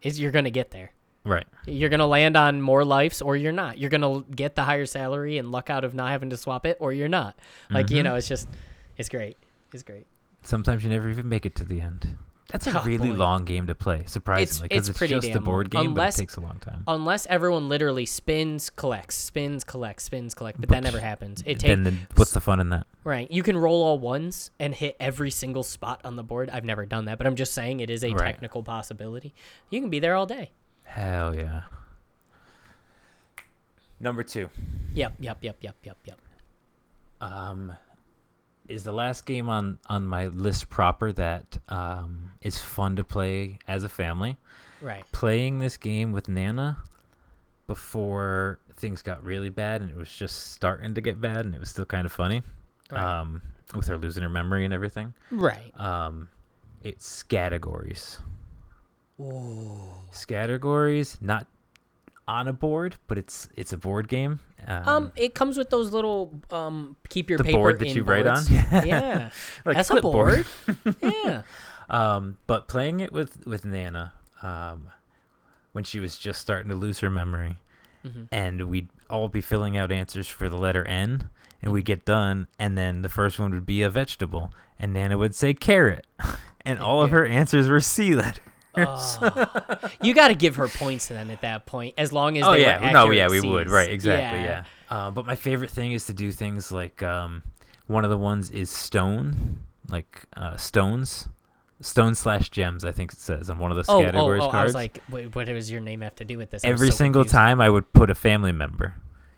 [SPEAKER 1] Is you're gonna get there.
[SPEAKER 2] right.
[SPEAKER 1] You're gonna land on more lives, or you're not. You're gonna get the higher salary and luck out of not having to swap it, or you're not. Like
[SPEAKER 2] Mm-hmm.
[SPEAKER 1] you know, it's just, it's great. It's great.
[SPEAKER 2] Sometimes you never even make it to the end.
[SPEAKER 1] (laughs)
[SPEAKER 2] That's a
[SPEAKER 1] Oh,
[SPEAKER 2] really
[SPEAKER 1] boy.
[SPEAKER 2] long game to play, surprisingly,
[SPEAKER 1] it's
[SPEAKER 2] because it's,
[SPEAKER 1] pretty
[SPEAKER 2] just a
[SPEAKER 1] damn-
[SPEAKER 2] board game,
[SPEAKER 1] unless-
[SPEAKER 2] but it takes a long time.
[SPEAKER 1] Unless everyone literally spins, collects, spins, collects, spins, collect, but that never happens. It takes
[SPEAKER 2] then the, what's the fun in that?
[SPEAKER 1] Right. You can roll all ones and hit every single spot on the board. I've never done that, but I'm just saying it is a
[SPEAKER 2] Right.
[SPEAKER 1] technical possibility. You can be there all day.
[SPEAKER 2] Hell yeah. Number two.
[SPEAKER 1] Yep, yep, yep, yep, yep, yep.
[SPEAKER 2] um, is the last game on on my list proper that um, is fun to play as a family.
[SPEAKER 1] Right.
[SPEAKER 2] Playing this game with Nana before things got really bad and it was just starting to get bad and it was still kind of funny.
[SPEAKER 1] Right.
[SPEAKER 2] Um, with her losing her memory and everything.
[SPEAKER 1] Right.
[SPEAKER 2] Um, it's categories.
[SPEAKER 1] Ooh.
[SPEAKER 2] Categories, not on a board, but it's it's a board game.
[SPEAKER 1] Um, it comes with those little um keep your
[SPEAKER 2] The
[SPEAKER 1] paper
[SPEAKER 2] board that
[SPEAKER 1] in
[SPEAKER 2] you write on?
[SPEAKER 1] boards.
[SPEAKER 2] (laughs)
[SPEAKER 1] yeah.
[SPEAKER 2] like
[SPEAKER 1] That's a
[SPEAKER 2] clipboard.
[SPEAKER 1] board. (laughs)
[SPEAKER 2] (laughs)
[SPEAKER 1] yeah.
[SPEAKER 2] Um, but playing it with with Nana, um, when she was just starting to lose her memory,
[SPEAKER 1] Mm-hmm.
[SPEAKER 2] and we'd all be filling out answers for the letter N, and we'd get done, and then the first one would be a vegetable, and Nana would say carrot, (laughs) and all of her answers were C letters.
[SPEAKER 1] Oh. you got to give her points then at that point, as long as
[SPEAKER 2] oh
[SPEAKER 1] they were
[SPEAKER 2] yeah, no,
[SPEAKER 1] accurate
[SPEAKER 2] yeah, we would,
[SPEAKER 1] Cs.
[SPEAKER 2] right? Exactly, yeah. Uh, but my favorite thing is to do things like um, one of the ones is stone, like uh, stones. Stone slash gems, I think it says on one of the
[SPEAKER 1] Oh, oh,
[SPEAKER 2] categories
[SPEAKER 1] oh!
[SPEAKER 2] cards.
[SPEAKER 1] I was like, wait, what does your name have to do with this? I was
[SPEAKER 2] every
[SPEAKER 1] so
[SPEAKER 2] single
[SPEAKER 1] confused.
[SPEAKER 2] time I would put a family member.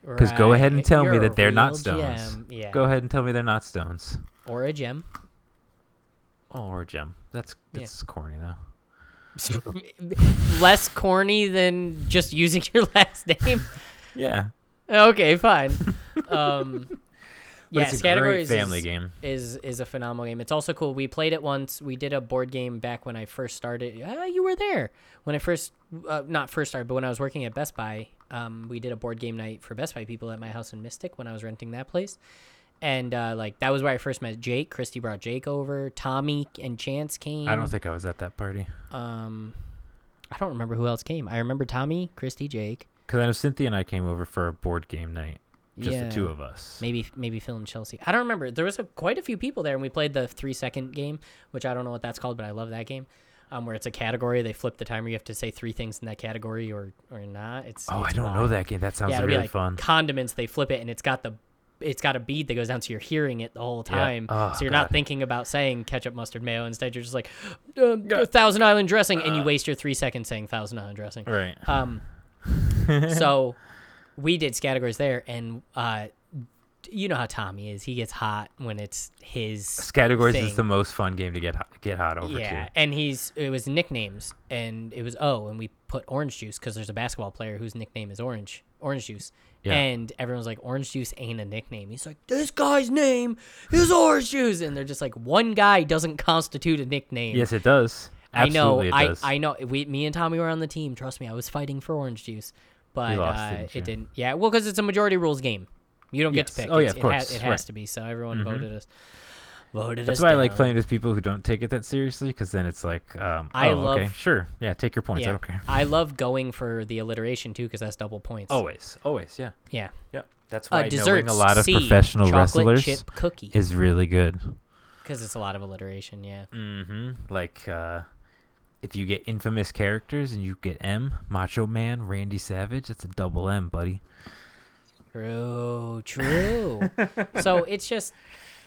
[SPEAKER 2] Because go ahead and
[SPEAKER 1] Right.
[SPEAKER 2] tell me
[SPEAKER 1] You're a
[SPEAKER 2] that they're not
[SPEAKER 1] real
[SPEAKER 2] stones.
[SPEAKER 1] gem. Yeah.
[SPEAKER 2] Go ahead and tell me they're not stones.
[SPEAKER 1] Or a gem. (laughs)
[SPEAKER 2] Oh, or gem. That's
[SPEAKER 1] Yeah.
[SPEAKER 2] that's corny though.
[SPEAKER 1] Less corny than just using (laughs) your last name.
[SPEAKER 2] Yeah.
[SPEAKER 1] Okay, fine. Um,
[SPEAKER 2] But
[SPEAKER 1] yes,
[SPEAKER 2] it's a great
[SPEAKER 1] categories
[SPEAKER 2] family
[SPEAKER 1] is,
[SPEAKER 2] game.
[SPEAKER 1] is is a phenomenal game. It's also cool. We played it once. We did a board game back when I first started. Uh, you were there when I first, uh, not first started, but when I was working at Best Buy. Um, we did a board game night for Best Buy people at my house in Mystic when I was renting that place, and uh, like that was where I first met Jake. Christy brought Jake over. Tommy and Chance came.
[SPEAKER 2] I don't think I was at that party.
[SPEAKER 1] Um, I don't remember who else came. I remember Tommy, Christy, Jake,
[SPEAKER 2] Because I know Cynthia and I came over for a board game night. Just the two
[SPEAKER 1] Yeah.
[SPEAKER 2] of us.
[SPEAKER 1] maybe maybe Phil and Chelsea. I don't remember. There was a, quite a few people there, and we played the three second game, which I don't know what that's called, but I love that game. Um, where it's a category, they flip the timer. You have to say three things in that category, or or not. It's
[SPEAKER 2] Oh, I
[SPEAKER 1] it's
[SPEAKER 2] don't
[SPEAKER 1] wild.
[SPEAKER 2] know that game. That sounds
[SPEAKER 1] yeah, it'll
[SPEAKER 2] really
[SPEAKER 1] be like
[SPEAKER 2] fun.
[SPEAKER 1] condiments. They flip it, and it's got the it's got a bead that goes down, so you're hearing it the whole
[SPEAKER 2] Yeah.
[SPEAKER 1] time.
[SPEAKER 2] Oh,
[SPEAKER 1] so you're
[SPEAKER 2] God.
[SPEAKER 1] not thinking about saying ketchup, mustard, mayo. Instead, you're just like um, Thousand Island dressing, and you waste your three seconds saying Thousand Island dressing.
[SPEAKER 2] Right. (laughs)
[SPEAKER 1] Um, so we did categories there, and uh, you know how Tommy is. He gets hot when it's his.
[SPEAKER 2] Categories is the
[SPEAKER 1] thing.
[SPEAKER 2] most fun game to get hot, get hot over
[SPEAKER 1] Yeah,
[SPEAKER 2] to.
[SPEAKER 1] and he's it was nicknames, and it was oh, and we put orange juice because there's a basketball player whose nickname is orange, orange juice,
[SPEAKER 2] Yeah.
[SPEAKER 1] and everyone's like orange juice ain't a nickname. He's like this guy's name is orange juice, and they're just like one guy doesn't constitute a nickname.
[SPEAKER 2] Yes, it does. Absolutely,
[SPEAKER 1] I
[SPEAKER 2] It
[SPEAKER 1] know.
[SPEAKER 2] does.
[SPEAKER 1] I, I know. We, me and Tommy were on the team. Trust me, I was fighting for orange juice, but
[SPEAKER 2] lost,
[SPEAKER 1] uh,
[SPEAKER 2] didn't you?
[SPEAKER 1] it didn't. Yeah, well, because it's a majority rules game. You don't get
[SPEAKER 2] Yes.
[SPEAKER 1] to pick.
[SPEAKER 2] Oh, yeah,
[SPEAKER 1] It's-
[SPEAKER 2] of
[SPEAKER 1] it ha-
[SPEAKER 2] course,
[SPEAKER 1] it
[SPEAKER 2] right. Mm-hmm.
[SPEAKER 1] has to be. So everyone voted us. Voted
[SPEAKER 2] That's
[SPEAKER 1] us.
[SPEAKER 2] why I like
[SPEAKER 1] down.
[SPEAKER 2] playing with people who don't take it that seriously, because then it's like, um,
[SPEAKER 1] I
[SPEAKER 2] oh,
[SPEAKER 1] love-
[SPEAKER 2] okay, sure, yeah, take your points. I
[SPEAKER 1] Yeah.
[SPEAKER 2] don't care.
[SPEAKER 1] I love going for the alliteration too, because that's double points.
[SPEAKER 2] Always, always, yeah.
[SPEAKER 1] yeah.
[SPEAKER 2] Yep.
[SPEAKER 1] Uh,
[SPEAKER 2] That's why
[SPEAKER 1] desserts.
[SPEAKER 2] knowing a lot of
[SPEAKER 1] C,
[SPEAKER 2] professional
[SPEAKER 1] chocolate
[SPEAKER 2] wrestlers
[SPEAKER 1] chip cookie.
[SPEAKER 2] is really good.
[SPEAKER 1] because it's a lot of alliteration. Yeah.
[SPEAKER 2] Mm-hmm. Like, uh, if you get infamous characters and you get M, Macho Man, Randy Savage, that's a double M, buddy.
[SPEAKER 1] True,
[SPEAKER 2] (laughs)
[SPEAKER 1] true. so it's just,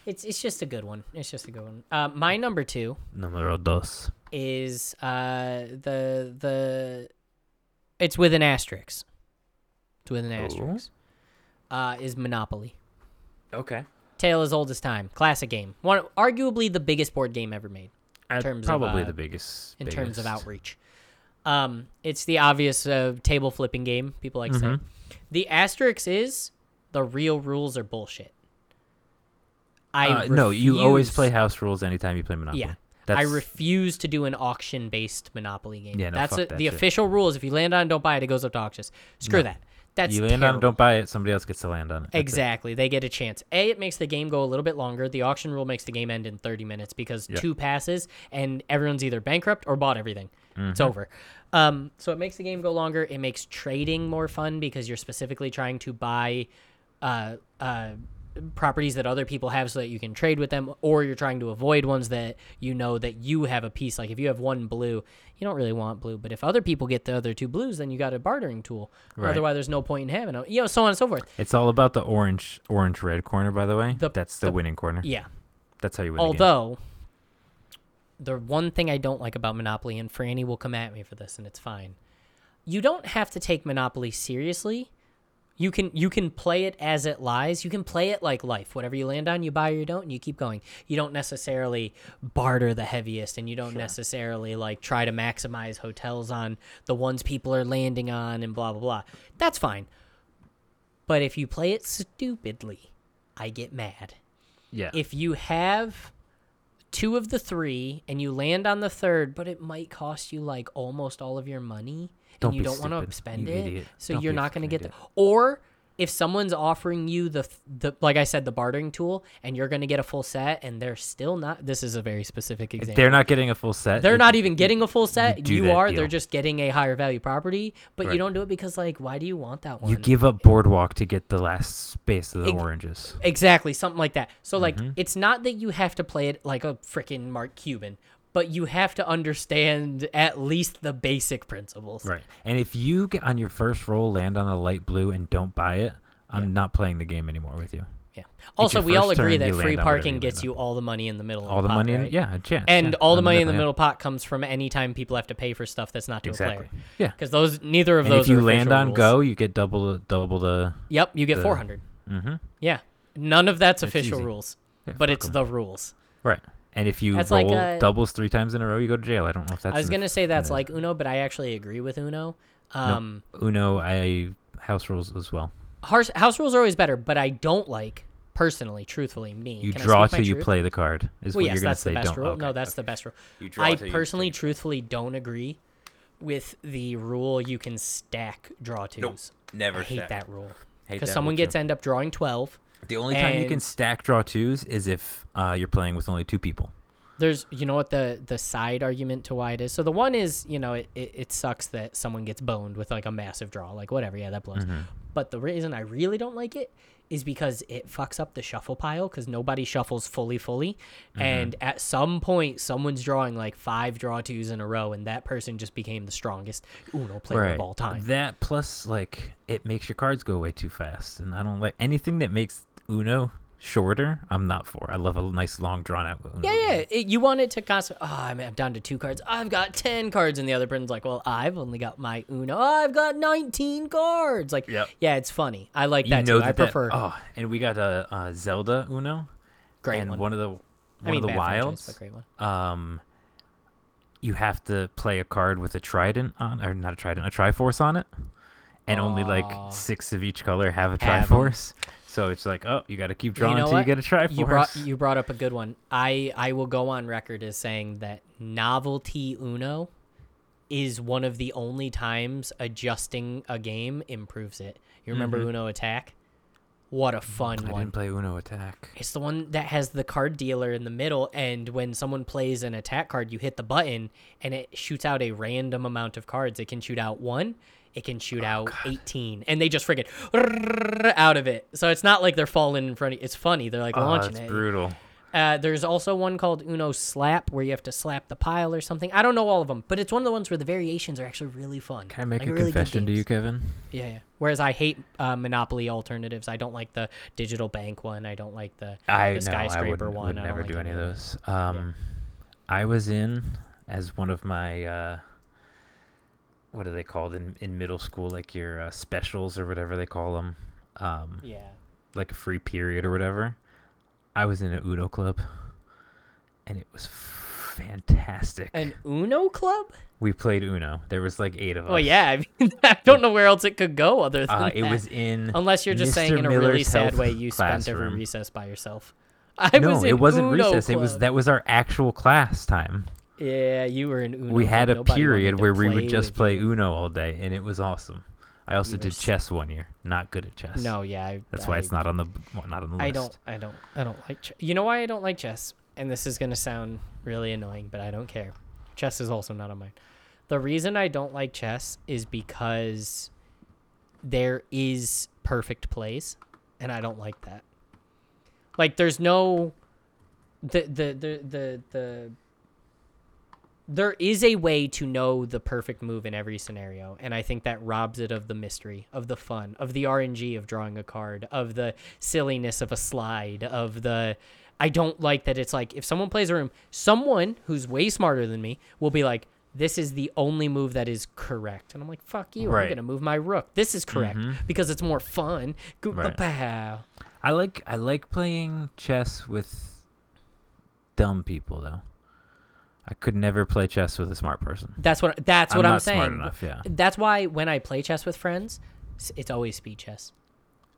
[SPEAKER 1] it's it's just a good one. It's just a good one. Uh, my number two
[SPEAKER 2] Numero dos.
[SPEAKER 1] is uh the the, it's with an asterisk. It's with an
[SPEAKER 2] Oh.
[SPEAKER 1] asterisk. Uh, is Monopoly.
[SPEAKER 2] Okay.
[SPEAKER 1] Tale as old as time. Classic game. One arguably the biggest board game ever made. terms of,
[SPEAKER 2] probably
[SPEAKER 1] uh,
[SPEAKER 2] the biggest.
[SPEAKER 1] in terms of
[SPEAKER 2] biggest.
[SPEAKER 1] outreach. Um, it's the obvious uh, table flipping game people like to
[SPEAKER 2] Mhm.
[SPEAKER 1] say. The asterisk is the real rules are bullshit. I
[SPEAKER 2] Uh, no, you always play
[SPEAKER 1] refuse-
[SPEAKER 2] house rules anytime you play Monopoly.
[SPEAKER 1] Yeah, I
[SPEAKER 2] That's,
[SPEAKER 1] refuse to do an auction based Monopoly game.
[SPEAKER 2] Yeah, no,
[SPEAKER 1] that's
[SPEAKER 2] fuck
[SPEAKER 1] a,
[SPEAKER 2] that
[SPEAKER 1] the
[SPEAKER 2] shit.
[SPEAKER 1] official rule is if you land on, it, don't buy it. It goes up to auctions. Screw that. That's
[SPEAKER 2] you land on it,
[SPEAKER 1] terrible.
[SPEAKER 2] don't buy it. Somebody else gets to land on it. That's it.
[SPEAKER 1] Exactly. They get a chance. A, it makes the game go a little bit longer. The auction rule makes the game end in 30 minutes because
[SPEAKER 2] Yep.
[SPEAKER 1] two passes and everyone's either bankrupt or bought everything. It's
[SPEAKER 2] Mm-hmm.
[SPEAKER 1] over. Um, so it makes the game go longer. It makes trading more fun because you're specifically trying to buy uh, uh, properties that other people have so that you can trade with them, or you're trying to avoid ones that you know that you have a piece. Like if you have one blue, you don't really want blue, but if other people get the other two blues, then you got a bartering tool.
[SPEAKER 2] Right.
[SPEAKER 1] Otherwise, there's no point in having them. You know, so on and so forth.
[SPEAKER 2] It's all about the orange, orange red corner. By the way,
[SPEAKER 1] The-
[SPEAKER 2] that's the,
[SPEAKER 1] the-
[SPEAKER 2] winning corner.
[SPEAKER 1] Yeah.
[SPEAKER 2] That's how you win. the game.
[SPEAKER 1] Although, the one thing I don't like about Monopoly, and Franny will come at me for this, and it's fine. You don't have to take Monopoly seriously. You can you can play it as it lies. You can play it like life. Whatever you land on, you buy or you don't, and you keep going. You don't necessarily barter the heaviest, and you don't necessarily like try to maximize hotels on the ones people are landing on, and blah blah blah. That's fine. But if you play it stupidly, I get mad
[SPEAKER 2] yeah,
[SPEAKER 1] if you have two of the three and you land on the third, but it might cost you like almost all of your money and
[SPEAKER 2] Don't
[SPEAKER 1] you
[SPEAKER 2] be
[SPEAKER 1] don't want to
[SPEAKER 2] stupid,
[SPEAKER 1] spend
[SPEAKER 2] you
[SPEAKER 1] it,
[SPEAKER 2] idiot.
[SPEAKER 1] so
[SPEAKER 2] Don't
[SPEAKER 1] you're
[SPEAKER 2] be a
[SPEAKER 1] not going to
[SPEAKER 2] fucking
[SPEAKER 1] get the
[SPEAKER 2] idiot.
[SPEAKER 1] or if someone's offering you the the like I said the bartering tool and you're going to get a full set and they're still not this is a very specific example.
[SPEAKER 2] they're not getting a full set.
[SPEAKER 1] They're
[SPEAKER 2] it-
[SPEAKER 1] not even getting a full set.
[SPEAKER 2] do
[SPEAKER 1] You,
[SPEAKER 2] that
[SPEAKER 1] are.
[SPEAKER 2] deal.
[SPEAKER 1] They're just getting a higher value property, but
[SPEAKER 2] Right.
[SPEAKER 1] you don't do it because, like, why do you want that one?
[SPEAKER 2] You give up boardwalk to get the last space of the
[SPEAKER 1] Ex-
[SPEAKER 2] oranges.
[SPEAKER 1] Exactly, something like that. So like
[SPEAKER 2] Mm-hmm.
[SPEAKER 1] it's not that you have to play it like a freaking Mark Cuban, but you have to understand at least the basic principles.
[SPEAKER 2] Right. And if you get on your first roll, land on a light blue, and don't buy it, I'm not playing the game anymore with you.
[SPEAKER 1] Yeah. Also,
[SPEAKER 2] your
[SPEAKER 1] we all
[SPEAKER 2] first
[SPEAKER 1] agree
[SPEAKER 2] turn,
[SPEAKER 1] that
[SPEAKER 2] you
[SPEAKER 1] free
[SPEAKER 2] land on whatever
[SPEAKER 1] parking
[SPEAKER 2] you
[SPEAKER 1] gets
[SPEAKER 2] land
[SPEAKER 1] you all the money in the middle.
[SPEAKER 2] All
[SPEAKER 1] of
[SPEAKER 2] the
[SPEAKER 1] the, pot,
[SPEAKER 2] money, in
[SPEAKER 1] right?
[SPEAKER 2] it, yeah, a chance.
[SPEAKER 1] And
[SPEAKER 2] yeah,
[SPEAKER 1] all the money in the
[SPEAKER 2] yeah.
[SPEAKER 1] middle pot comes from any time people have to pay for stuff that's not to a
[SPEAKER 2] Exactly.
[SPEAKER 1] player.
[SPEAKER 2] Yeah.
[SPEAKER 1] Because those neither of
[SPEAKER 2] And
[SPEAKER 1] those.
[SPEAKER 2] if you
[SPEAKER 1] are
[SPEAKER 2] land
[SPEAKER 1] official
[SPEAKER 2] on
[SPEAKER 1] rules.
[SPEAKER 2] go, you get double double the.
[SPEAKER 1] Yep, you get
[SPEAKER 2] the-
[SPEAKER 1] four hundred.
[SPEAKER 2] Mm-hmm.
[SPEAKER 1] Yeah. None of that's official
[SPEAKER 2] easy.
[SPEAKER 1] rules,
[SPEAKER 2] Yeah,
[SPEAKER 1] but
[SPEAKER 2] fuck
[SPEAKER 1] it's
[SPEAKER 2] 'em.
[SPEAKER 1] the rules.
[SPEAKER 2] Right. And if you
[SPEAKER 1] That's like
[SPEAKER 2] roll
[SPEAKER 1] a-
[SPEAKER 2] doubles three times in a row, you go to jail. I don't know if that's.
[SPEAKER 1] I was
[SPEAKER 2] in
[SPEAKER 1] gonna
[SPEAKER 2] the
[SPEAKER 1] say
[SPEAKER 2] f-
[SPEAKER 1] that's
[SPEAKER 2] uh,
[SPEAKER 1] like Uno, but I actually agree with Uno. Um,
[SPEAKER 2] Uno. I house rules as well.
[SPEAKER 1] House, house rules are always better, but I don't like personally, truthfully, me.
[SPEAKER 2] You
[SPEAKER 1] Can I
[SPEAKER 2] draw
[SPEAKER 1] speak my
[SPEAKER 2] till you
[SPEAKER 1] truth?
[SPEAKER 2] play the card. Is
[SPEAKER 1] Well,
[SPEAKER 2] what
[SPEAKER 1] yes,
[SPEAKER 2] you're gonna
[SPEAKER 1] that's
[SPEAKER 2] say.
[SPEAKER 1] the best
[SPEAKER 2] don't.
[SPEAKER 1] rule.
[SPEAKER 2] okay,
[SPEAKER 1] no, that's
[SPEAKER 2] okay.
[SPEAKER 1] the best rule.
[SPEAKER 2] You draw
[SPEAKER 1] I
[SPEAKER 2] till you
[SPEAKER 1] personally,
[SPEAKER 2] take.
[SPEAKER 1] truthfully, don't agree with the rule you can stack draw twos.
[SPEAKER 2] never
[SPEAKER 1] I hate
[SPEAKER 2] stack.
[SPEAKER 1] that rule
[SPEAKER 2] Hate
[SPEAKER 1] because
[SPEAKER 2] that
[SPEAKER 1] someone
[SPEAKER 2] rule,
[SPEAKER 1] gets
[SPEAKER 2] too.
[SPEAKER 1] end up drawing twelve.
[SPEAKER 2] The only time you can
[SPEAKER 1] And-
[SPEAKER 2] stack draw twos is if uh, you're playing with only two people.
[SPEAKER 1] There's, you know what the the side argument to why it is. So the one is, you know, it, it, it sucks that someone gets boned with like a massive draw, like whatever. Yeah, that blows. But the reason I really don't like it is because it fucks up the shuffle pile because nobody shuffles fully, fully, and at some point someone's drawing like five draw twos in a row, and that person just became the strongest Uno player of all time.
[SPEAKER 2] That plus like it makes your cards go away too fast, and I don't like anything that makes Uno shorter. I'm not for. I love a nice long drawn out Uno.
[SPEAKER 1] Yeah, yeah. It, you want it to constantly. Oh, I'm, I'm down to two cards. I've got ten cards, and the other person's like, "Well, I've only got my Uno. Oh, I've got nineteen cards." Like,
[SPEAKER 2] Yep.
[SPEAKER 1] yeah, it's funny. I like
[SPEAKER 2] You
[SPEAKER 1] that
[SPEAKER 2] know
[SPEAKER 1] too.
[SPEAKER 2] that
[SPEAKER 1] I
[SPEAKER 2] that-
[SPEAKER 1] prefer
[SPEAKER 2] oh, and we got a, uh Zelda Uno,
[SPEAKER 1] great
[SPEAKER 2] and
[SPEAKER 1] one.
[SPEAKER 2] one. of the one
[SPEAKER 1] I mean,
[SPEAKER 2] of the
[SPEAKER 1] bad franchise,
[SPEAKER 2] wilds.
[SPEAKER 1] but great one.
[SPEAKER 2] Um, you have to play a card with a trident on, or not a trident, a triforce on it, and only like
[SPEAKER 1] Aw.
[SPEAKER 2] six of each color have a
[SPEAKER 1] Have 'em.
[SPEAKER 2] triforce. So it's like, oh, you got to keep drawing
[SPEAKER 1] know
[SPEAKER 2] until
[SPEAKER 1] what?
[SPEAKER 2] you get a triforce.
[SPEAKER 1] You brought you brought up a good one. I I will go on record as saying that novelty Uno is one of the only times adjusting a game improves it. You remember Uno Attack? What a fun
[SPEAKER 2] Mm-hmm. I
[SPEAKER 1] one.
[SPEAKER 2] didn't play Uno Attack.
[SPEAKER 1] It's the one that has the card dealer in the middle, and when someone plays an attack card, you hit the button, and it shoots out a random amount of cards. It can shoot out one, it can
[SPEAKER 2] Oh,
[SPEAKER 1] shoot out eighteen, and they just friggin' (laughs) out of it. So it's not like they're falling in front of. It's funny. They're like
[SPEAKER 2] Oh,
[SPEAKER 1] launching
[SPEAKER 2] that's
[SPEAKER 1] it.
[SPEAKER 2] brutal.
[SPEAKER 1] Uh, there's also one called Uno Slap where you have to slap the pile or something. I don't know all of them, but it's one of the ones where the variations are actually really fun.
[SPEAKER 2] Can I make
[SPEAKER 1] Like,
[SPEAKER 2] a
[SPEAKER 1] really good
[SPEAKER 2] confession to
[SPEAKER 1] games.
[SPEAKER 2] you, Kevin?
[SPEAKER 1] Yeah, yeah. Whereas I hate uh, Monopoly alternatives. I don't like the digital bank one. I don't like the
[SPEAKER 2] I
[SPEAKER 1] the
[SPEAKER 2] no, I
[SPEAKER 1] skyscraper
[SPEAKER 2] would,
[SPEAKER 1] one.
[SPEAKER 2] would
[SPEAKER 1] I don't
[SPEAKER 2] never
[SPEAKER 1] like
[SPEAKER 2] do any of
[SPEAKER 1] that.
[SPEAKER 2] those. Um, I was in as one of my uh, what are they called in, in middle school? Like your uh, specials or whatever they call them, um,
[SPEAKER 1] Yeah.
[SPEAKER 2] like a free period or whatever. I was in a Uno club, and it was fantastic. (sighs)
[SPEAKER 1] An Uno club?
[SPEAKER 2] we played Uno. There was like eight of us.
[SPEAKER 1] Well, Oh, yeah. I, mean, (laughs) I don't know where else it could go other than
[SPEAKER 2] Uh, it
[SPEAKER 1] that.
[SPEAKER 2] was in
[SPEAKER 1] Unless you're just saying
[SPEAKER 2] Mr.
[SPEAKER 1] in a really
[SPEAKER 2] Miller's
[SPEAKER 1] sad
[SPEAKER 2] health
[SPEAKER 1] way, you spent every
[SPEAKER 2] classroom.
[SPEAKER 1] recess by yourself. (laughs) I
[SPEAKER 2] no,
[SPEAKER 1] was in
[SPEAKER 2] it wasn't
[SPEAKER 1] Uno
[SPEAKER 2] recess. It was
[SPEAKER 1] club.
[SPEAKER 2] that was our actual class time.
[SPEAKER 1] Yeah, you were in Uno.
[SPEAKER 2] we had
[SPEAKER 1] club.
[SPEAKER 2] a
[SPEAKER 1] Nobody wanted to
[SPEAKER 2] period where we would
[SPEAKER 1] play
[SPEAKER 2] just
[SPEAKER 1] with
[SPEAKER 2] play
[SPEAKER 1] you.
[SPEAKER 2] Uno all day, and it was awesome. I also
[SPEAKER 1] were
[SPEAKER 2] did
[SPEAKER 1] s-
[SPEAKER 2] chess one year. Not good at chess.
[SPEAKER 1] No, yeah. I,
[SPEAKER 2] that's why
[SPEAKER 1] I-
[SPEAKER 2] it's not on the b- well, not on the list.
[SPEAKER 1] I don't. I don't. I don't like. Ch- you know why I don't like chess? And this is gonna sound really annoying, but I don't care. Chess is also not on mine. The reason I don't like chess is because there is perfect plays, and I don't like that. Like, there's no the the the the the. There is a way to know the perfect move in every scenario, and I think that robs it of the mystery, of the fun, of the RNG of drawing a card, of the silliness of a slide, of the. I don't like that it's like if someone plays a room, someone who's way smarter than me will be like, "This is the only move that is correct," and I'm like, "Fuck you! I'm
[SPEAKER 2] Right. Mm-hmm.
[SPEAKER 1] gonna move my rook. This is correct because it's more fun. Goop
[SPEAKER 2] Right.
[SPEAKER 1] pow.
[SPEAKER 2] I like I like playing chess with dumb people though. I could never play chess with a smart person.
[SPEAKER 1] That's what that's what
[SPEAKER 2] I'm
[SPEAKER 1] I'm,
[SPEAKER 2] not
[SPEAKER 1] saying.
[SPEAKER 2] smart enough, yeah.
[SPEAKER 1] That's why when I play chess with friends, s- it's always speed chess.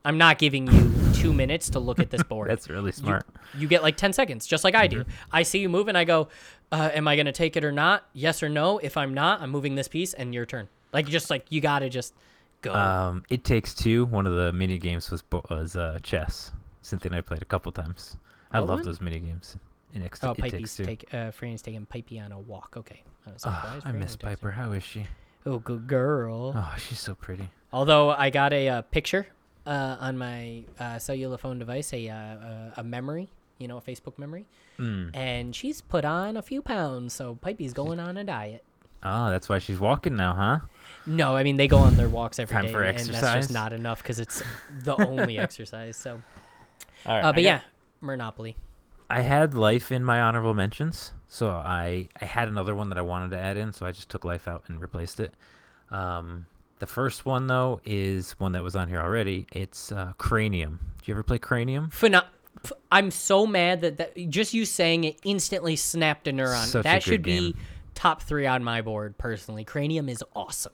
[SPEAKER 1] I'm not giving you 2 minutes to look at
[SPEAKER 2] (laughs)
[SPEAKER 1] this board.
[SPEAKER 2] That's really
[SPEAKER 1] You-
[SPEAKER 2] smart. Mm-hmm.
[SPEAKER 1] You, get like 10 seconds, just like I do. I see you move and I go, uh, am I going to take it or not? Yes or no. If I'm not, I'm moving this piece and your turn. Like just like you got to just go.
[SPEAKER 2] Um, it takes two. One of the mini games was bo- was uh, chess. Cynthia and I played a couple times. I
[SPEAKER 1] What
[SPEAKER 2] love
[SPEAKER 1] was
[SPEAKER 2] those mini games. It, ex-
[SPEAKER 1] oh,
[SPEAKER 2] it takes
[SPEAKER 1] Pipey's
[SPEAKER 2] two.
[SPEAKER 1] take uh Franny's taking Pipey on a walk. Okay. I, was like,
[SPEAKER 2] Ah,
[SPEAKER 1] why is
[SPEAKER 2] I
[SPEAKER 1] Franny
[SPEAKER 2] miss
[SPEAKER 1] texting?
[SPEAKER 2] Piper. How is she?
[SPEAKER 1] Oh, good girl.
[SPEAKER 2] Oh, she's so pretty.
[SPEAKER 1] Although I got a uh, picture uh, on my uh, cellular phone device, a, uh, a a memory, you know, a Facebook memory,
[SPEAKER 2] Mm.
[SPEAKER 1] and she's put on a few pounds. So Pipey's going on a diet.
[SPEAKER 2] Oh, that's why she's walking now, huh?
[SPEAKER 1] No, I mean they go on their walks every day,
[SPEAKER 2] Time for
[SPEAKER 1] and that's just
[SPEAKER 2] exercise.
[SPEAKER 1] not enough because it's the
[SPEAKER 2] (laughs)
[SPEAKER 1] only exercise. So,
[SPEAKER 2] All right.
[SPEAKER 1] uh, but yeah, Monopoly.
[SPEAKER 2] I had life in my honorable mentions, so I I had another one that I wanted to add in, so I just took life out and replaced it. Um, the first one though is one that was on here already. It's uh, Cranium. Do you ever play Cranium?
[SPEAKER 1] Pheno- ph- I'm so mad that, that just you saying it instantly snapped a neuron.
[SPEAKER 2] Such a
[SPEAKER 1] that
[SPEAKER 2] good
[SPEAKER 1] should be
[SPEAKER 2] game.
[SPEAKER 1] top three on my board personally. Cranium is awesome.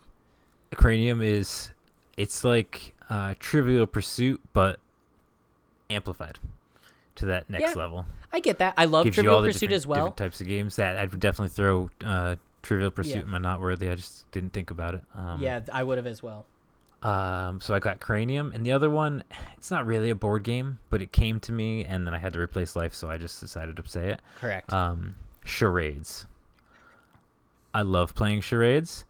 [SPEAKER 2] Cranium is it's like uh, Trivial Pursuit, but amplified to that next
[SPEAKER 1] Yeah.
[SPEAKER 2] level.
[SPEAKER 1] I get that. I love
[SPEAKER 2] gives you all
[SPEAKER 1] Trivial
[SPEAKER 2] the
[SPEAKER 1] Pursuit
[SPEAKER 2] different,
[SPEAKER 1] as well.
[SPEAKER 2] different types of games that I'd definitely throw uh, Trivial Pursuit
[SPEAKER 1] Yeah.
[SPEAKER 2] in my not worthy. I just didn't think about it. Um,
[SPEAKER 1] yeah, I would have as well.
[SPEAKER 2] Um, so I got Cranium, and the other one, it's not really a board game, but it came to me, and then I had to replace life, so I just decided to say it.
[SPEAKER 1] Correct.
[SPEAKER 2] Um, charades. I love playing charades.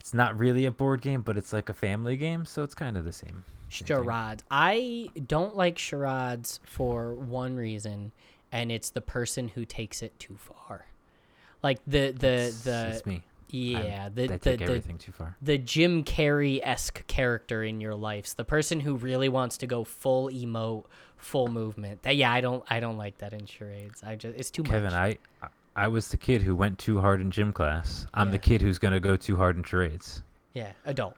[SPEAKER 2] It's not really a board game, but it's like a family game, so it's kind of the same. same thing.
[SPEAKER 1] charades. I don't like charades for one reason, and it's the person who takes it too far. Like the the
[SPEAKER 2] It's-
[SPEAKER 1] the
[SPEAKER 2] it's me.
[SPEAKER 1] yeah the
[SPEAKER 2] I
[SPEAKER 1] the,
[SPEAKER 2] take
[SPEAKER 1] the
[SPEAKER 2] everything too far.
[SPEAKER 1] the Jim Carrey esque character in your life's the person who really wants to go full emote, full movement. That yeah, I don't I don't like that in charades. I just it's too
[SPEAKER 2] Kevin,
[SPEAKER 1] much.
[SPEAKER 2] I, I- I was the kid who went too hard in gym class. I'm
[SPEAKER 1] Yeah.
[SPEAKER 2] the kid who's gonna go too hard in charades.
[SPEAKER 1] yeah, adult.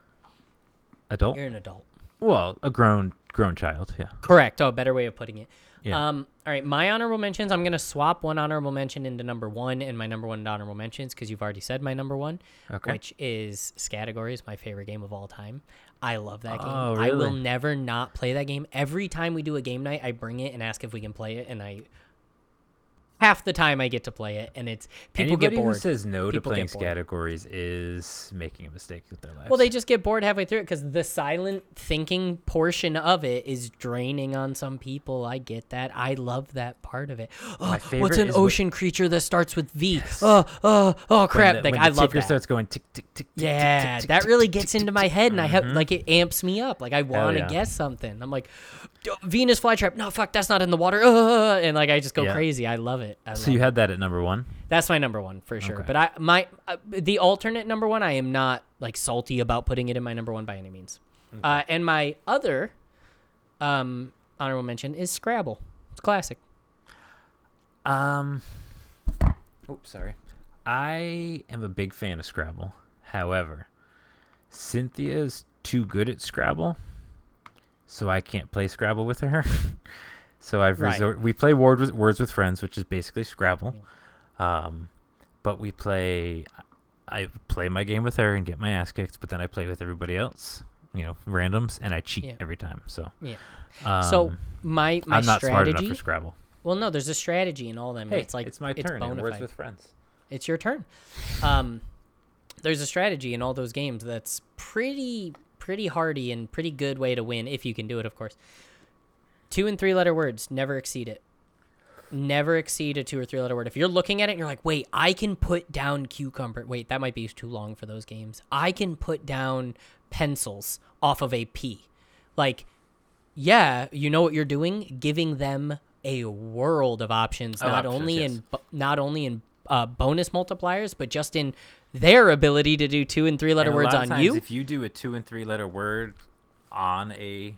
[SPEAKER 2] Adult?
[SPEAKER 1] You're an adult.
[SPEAKER 2] Well, a grown grown child. Yeah.
[SPEAKER 1] Correct. Oh, better way of putting it.
[SPEAKER 2] Yeah.
[SPEAKER 1] Um, all right, my honorable mentions. I'm gonna swap one honorable mention into number one, and my number one into honorable mentions because you've already said my number one,
[SPEAKER 2] Okay.
[SPEAKER 1] which is Scategories, my favorite game of all time. I love that game.
[SPEAKER 2] Oh,
[SPEAKER 1] I will
[SPEAKER 2] really?
[SPEAKER 1] never not play that game. Every time we do a game night, I bring it and ask if we can play it, and I half the time I get to play it, and it's people
[SPEAKER 2] Anybody
[SPEAKER 1] get bored.
[SPEAKER 2] who says no
[SPEAKER 1] People
[SPEAKER 2] to
[SPEAKER 1] get
[SPEAKER 2] playing
[SPEAKER 1] bored.
[SPEAKER 2] categories is making a mistake with their life.
[SPEAKER 1] Well, they just get bored halfway through it because the silent thinking portion of it is draining on some people. I get that. I love that part of it. Oh, what's
[SPEAKER 2] favorite
[SPEAKER 1] an
[SPEAKER 2] is when-
[SPEAKER 1] ocean creature that starts with V? Oh, oh, oh, crap!
[SPEAKER 2] When the,
[SPEAKER 1] like
[SPEAKER 2] when
[SPEAKER 1] I
[SPEAKER 2] the
[SPEAKER 1] love
[SPEAKER 2] ticker
[SPEAKER 1] that.
[SPEAKER 2] starts going tick tick tick. tick, tick,
[SPEAKER 1] yeah,
[SPEAKER 2] tick,
[SPEAKER 1] that
[SPEAKER 2] tick,
[SPEAKER 1] really
[SPEAKER 2] tick,
[SPEAKER 1] gets
[SPEAKER 2] tick,
[SPEAKER 1] into
[SPEAKER 2] tick.
[SPEAKER 1] my head, and I have like it amps me up. Like I want to
[SPEAKER 2] yeah.
[SPEAKER 1] guess something. I'm like, "D- Venus flytrap. No, fuck, that's not in the water. (laughs) Uh, and like I just go
[SPEAKER 2] Yeah.
[SPEAKER 1] crazy. I love it. I
[SPEAKER 2] So
[SPEAKER 1] love
[SPEAKER 2] you
[SPEAKER 1] it.
[SPEAKER 2] had that at number one.
[SPEAKER 1] That's my number one for sure.
[SPEAKER 2] Okay.
[SPEAKER 1] But I my uh, the alternate number one, I am not like salty about putting it in my number one by any means. Uh, and my other um, honorable mention is Scrabble. It's classic.
[SPEAKER 2] Um. Oops, sorry. I am a big fan of Scrabble. However, Cynthia's too good at Scrabble, so I can't play Scrabble with her. (laughs) so I've
[SPEAKER 1] Right.
[SPEAKER 2] resort. We play Word with Words with Friends, which is basically Scrabble. Um, but we play. I play my game with her and get my ass kicked, but then I play with everybody else. You know, randoms, and I cheat
[SPEAKER 1] Yeah.
[SPEAKER 2] every time. So.
[SPEAKER 1] Yeah.
[SPEAKER 2] Um,
[SPEAKER 1] so my my
[SPEAKER 2] I'm not smart enough
[SPEAKER 1] strategy.
[SPEAKER 2] for Scrabble.
[SPEAKER 1] well, no, there's a strategy in all them.
[SPEAKER 2] Hey,
[SPEAKER 1] it's like
[SPEAKER 2] it's my turn. in
[SPEAKER 1] bona
[SPEAKER 2] Words
[SPEAKER 1] fide.
[SPEAKER 2] with Friends.
[SPEAKER 1] it's your turn. Um, there's a strategy in all those games that's pretty pretty hardy and pretty good way to win if you can do it, of course. Two and three letter words never exceed it. Never exceed a two or three letter word. If you're looking at it and you're like, wait, I can put down cucumber. Wait, that might be too long for those games. I can put down pencils off of a P. Like, yeah, you know what you're doing, giving them a world of options,
[SPEAKER 2] Oh,
[SPEAKER 1] not
[SPEAKER 2] options,
[SPEAKER 1] only
[SPEAKER 2] yes.
[SPEAKER 1] in bo- not only in uh, bonus multipliers, but just in their ability to do two and three letter
[SPEAKER 2] And a
[SPEAKER 1] words
[SPEAKER 2] lot of
[SPEAKER 1] on
[SPEAKER 2] times
[SPEAKER 1] you.
[SPEAKER 2] If you do a two and three letter word on a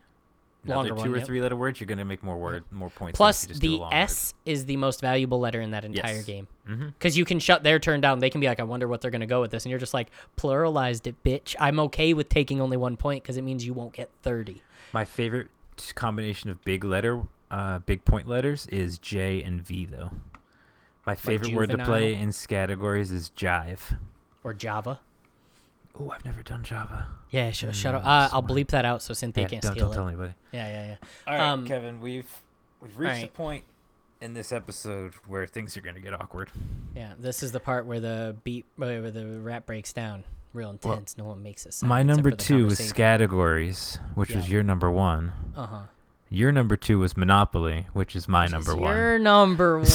[SPEAKER 2] another
[SPEAKER 1] Longer
[SPEAKER 2] two
[SPEAKER 1] one,
[SPEAKER 2] or
[SPEAKER 1] yep.
[SPEAKER 2] three letter words, you're gonna make more word more points. than if
[SPEAKER 1] Plus,
[SPEAKER 2] you just do a
[SPEAKER 1] the
[SPEAKER 2] long word.
[SPEAKER 1] S is the most valuable letter in that entire
[SPEAKER 2] Yes. Mm-hmm.
[SPEAKER 1] game. Because you can shut their turn down. They can be like, I wonder what they're going to go with this. And you're just like, pluralized it, bitch. I'm okay with taking only one point because it means you won't get 30.
[SPEAKER 2] My favorite t- combination of big letter, uh, big point letters is J and V though. My favorite word to play
[SPEAKER 1] juvenile?
[SPEAKER 2] in categories is jive.
[SPEAKER 1] Or Java.
[SPEAKER 2] Oh, I've never done Java.
[SPEAKER 1] Yeah,
[SPEAKER 2] Mm,
[SPEAKER 1] sure, shut up. Uh, I'll bleep that out so Cynthia
[SPEAKER 2] Yeah,
[SPEAKER 1] can't
[SPEAKER 2] don't,
[SPEAKER 1] steal
[SPEAKER 2] don't
[SPEAKER 1] it.
[SPEAKER 2] tell anybody.
[SPEAKER 1] Yeah, yeah, yeah.
[SPEAKER 2] All
[SPEAKER 1] right, Um,
[SPEAKER 2] Kevin, we've we've
[SPEAKER 1] reached the right.
[SPEAKER 2] point in this episode where things are gonna get awkward.
[SPEAKER 1] Yeah, this is the part where the beat, where the rap breaks down real intense. no one makes it. sound
[SPEAKER 2] My
[SPEAKER 1] except
[SPEAKER 2] number
[SPEAKER 1] for the
[SPEAKER 2] two was
[SPEAKER 1] conversation.
[SPEAKER 2] categories, which was
[SPEAKER 1] Yeah.
[SPEAKER 2] your number one.
[SPEAKER 1] Uh-huh.
[SPEAKER 2] Your number two was Monopoly, which is my number
[SPEAKER 1] It's
[SPEAKER 2] one.
[SPEAKER 1] Your
[SPEAKER 2] (laughs)
[SPEAKER 1] number one.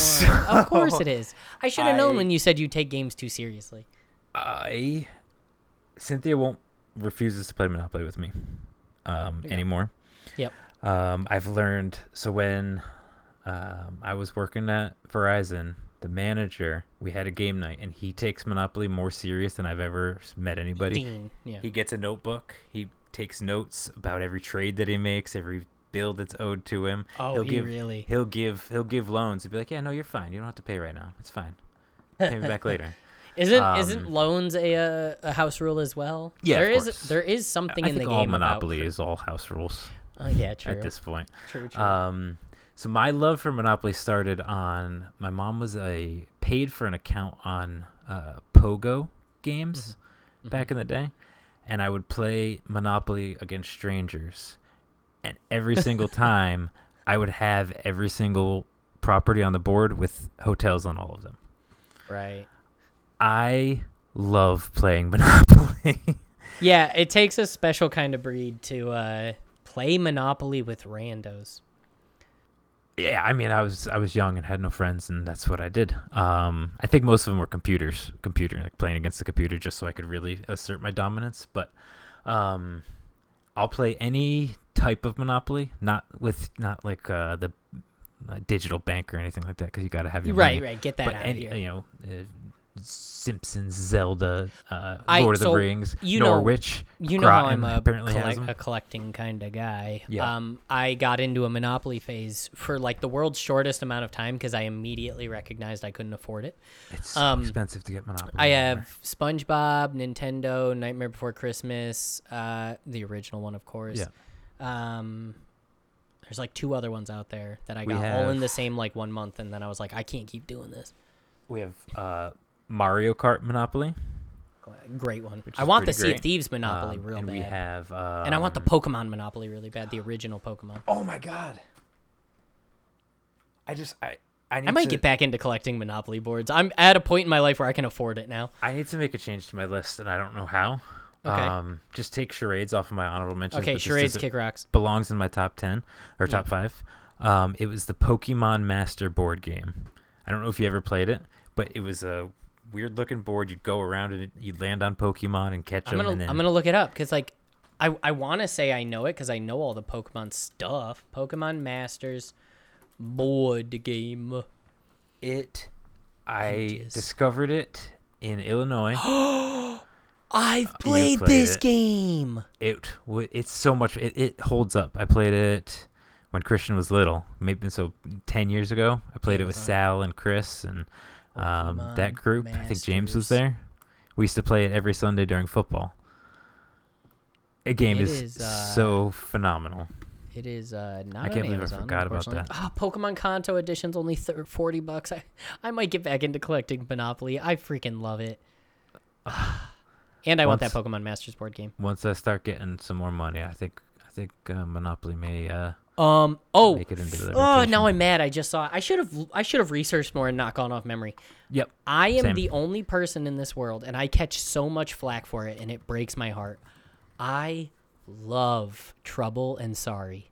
[SPEAKER 1] of course it is. I should have known
[SPEAKER 2] I-
[SPEAKER 1] when you said you take games too seriously.
[SPEAKER 2] I Cynthia won't refuses to play Monopoly with me um, anymore.
[SPEAKER 1] Yep.
[SPEAKER 2] Um, I've learned so when um, I was working at Verizon, the manager we had a game night, and he takes Monopoly more serious than I've ever s- met anybody.
[SPEAKER 1] Dean. Yeah.
[SPEAKER 2] He gets a notebook. He takes notes about every trade that he makes, every bill that's owed to him.
[SPEAKER 1] Oh, he
[SPEAKER 2] give,
[SPEAKER 1] really-
[SPEAKER 2] He'll give he'll give loans. He'll be like, "Yeah, no, you're fine. You don't have to pay right now.
[SPEAKER 1] (laughs)
[SPEAKER 2] It's fine. Pay me back later."
[SPEAKER 1] Isn't
[SPEAKER 2] um,
[SPEAKER 1] isn't loans a uh, a house rule as well?
[SPEAKER 2] Yeah, of
[SPEAKER 1] There is
[SPEAKER 2] course.
[SPEAKER 1] there is something
[SPEAKER 2] I
[SPEAKER 1] in
[SPEAKER 2] think
[SPEAKER 1] the
[SPEAKER 2] all
[SPEAKER 1] game
[SPEAKER 2] Monopoly is all house rules
[SPEAKER 1] About, oh, yeah, true.
[SPEAKER 2] at this point.
[SPEAKER 1] true, true.
[SPEAKER 2] Um, so my love for Monopoly started on my mom was a paid for an account on uh, Pogo
[SPEAKER 1] Mm-hmm.
[SPEAKER 2] games back in the day, and I would play Monopoly against strangers, and every
[SPEAKER 1] (laughs)
[SPEAKER 2] single time I would have every single property on the board with hotels on all of them.
[SPEAKER 1] right.
[SPEAKER 2] I love playing (laughs) Monopoly.
[SPEAKER 1] Yeah, it takes a special kind of breed to uh, play Monopoly with randos.
[SPEAKER 2] yeah i mean i was i was young and had no friends and that's what i did um i think most of them were computers computer like playing against the computer just so i could really assert my dominance but um i'll play any type of monopoly not with not like uh the uh, digital bank or anything like that because you got to have your
[SPEAKER 1] Right,
[SPEAKER 2] money.
[SPEAKER 1] right. Get that
[SPEAKER 2] Mm-hmm. but
[SPEAKER 1] out
[SPEAKER 2] any,
[SPEAKER 1] of here.
[SPEAKER 2] you know uh, simpsons zelda uh
[SPEAKER 1] I-
[SPEAKER 2] lord of
[SPEAKER 1] so
[SPEAKER 2] the rings
[SPEAKER 1] you know-
[SPEAKER 2] norwich
[SPEAKER 1] You know how
[SPEAKER 2] Groton
[SPEAKER 1] I'm a,
[SPEAKER 2] apparently has
[SPEAKER 1] collect-
[SPEAKER 2] 'em.
[SPEAKER 1] a collecting kind of guy.
[SPEAKER 2] Yeah.
[SPEAKER 1] Um, I got into a Monopoly phase for like the world's shortest amount of time because I immediately recognized I couldn't afford it.
[SPEAKER 2] it's so
[SPEAKER 1] um,
[SPEAKER 2] expensive to get monopoly
[SPEAKER 1] I
[SPEAKER 2] anymore.
[SPEAKER 1] have SpongeBob, Nintendo, Nightmare Before Christmas, uh, the original one, of course.
[SPEAKER 2] Yeah.
[SPEAKER 1] Um, there's like two other ones out there that I
[SPEAKER 2] We
[SPEAKER 1] got all in
[SPEAKER 2] have-
[SPEAKER 1] the same like one month, and then I was like, I can't keep doing this.
[SPEAKER 2] we have uh mario kart monopoly
[SPEAKER 1] Great one.
[SPEAKER 2] Which
[SPEAKER 1] I
[SPEAKER 2] is
[SPEAKER 1] want the
[SPEAKER 2] pretty
[SPEAKER 1] Sea of
[SPEAKER 2] great.
[SPEAKER 1] Thieves Monopoly
[SPEAKER 2] Um,
[SPEAKER 1] real
[SPEAKER 2] and
[SPEAKER 1] bad,
[SPEAKER 2] we have uh
[SPEAKER 1] and I want the Pokemon Monopoly really bad, the original Pokemon.
[SPEAKER 2] oh my god i just i i, need
[SPEAKER 1] I might
[SPEAKER 2] to,
[SPEAKER 1] get back into collecting Monopoly boards. I'm at a point in my life where I can afford it now.
[SPEAKER 2] i need to make a change to my list and i don't know how
[SPEAKER 1] Okay.
[SPEAKER 2] um just take charades off of my honorable mentions
[SPEAKER 1] Okay,
[SPEAKER 2] but this
[SPEAKER 1] charades
[SPEAKER 2] doesn't-
[SPEAKER 1] kick rocks.
[SPEAKER 2] belongs in my top 10 or top 5 um it was the pokemon master board game i don't know if you ever played it but it was a weird looking board you'd go around and you'd land on pokemon and catch
[SPEAKER 1] I'm
[SPEAKER 2] them
[SPEAKER 1] gonna
[SPEAKER 2] and then
[SPEAKER 1] I'm gonna look it up because like I I want to say I know it because I know all the Pokemon stuff. Pokemon Masters board game. (gasps)
[SPEAKER 2] It. I
[SPEAKER 1] Jeez.
[SPEAKER 2] discovered it in Illinois.
[SPEAKER 1] I've
[SPEAKER 2] played
[SPEAKER 1] played,
[SPEAKER 2] played
[SPEAKER 1] this
[SPEAKER 2] this it.
[SPEAKER 1] game.
[SPEAKER 2] it w- it's so much. It, it holds up. I played it when Christian was little, maybe so ten years ago. I played it with Sal and Chris and um, that
[SPEAKER 1] Pokemon
[SPEAKER 2] group. I think James was
[SPEAKER 1] Oh, Masters.
[SPEAKER 2] there. We used to play it every Sunday during football. A game
[SPEAKER 1] It
[SPEAKER 2] is,
[SPEAKER 1] is, uh,
[SPEAKER 2] so phenomenal.
[SPEAKER 1] It is uh, not.
[SPEAKER 2] I can't
[SPEAKER 1] on
[SPEAKER 2] believe I
[SPEAKER 1] Amazon,
[SPEAKER 2] forgot about
[SPEAKER 1] unfortunately. Ah, Pokemon Kanto edition's only thir- forty bucks. I, I might get back into collecting Monopoly. I freaking love it. (sighs) and I want that
[SPEAKER 2] Once-
[SPEAKER 1] Pokemon Masters board game.
[SPEAKER 2] Once I start getting some more money, I think I think uh, Monopoly may. Uh,
[SPEAKER 1] Um. Oh.
[SPEAKER 2] Make it into the
[SPEAKER 1] Oh,
[SPEAKER 2] rotation.
[SPEAKER 1] now I'm mad. I just saw. I should have. I should have researched more and not gone off memory.
[SPEAKER 2] yep.
[SPEAKER 1] I am
[SPEAKER 2] Same.
[SPEAKER 1] the only person in this world, and I catch so much flack for it, and it breaks my heart. I love Trouble and Sorry.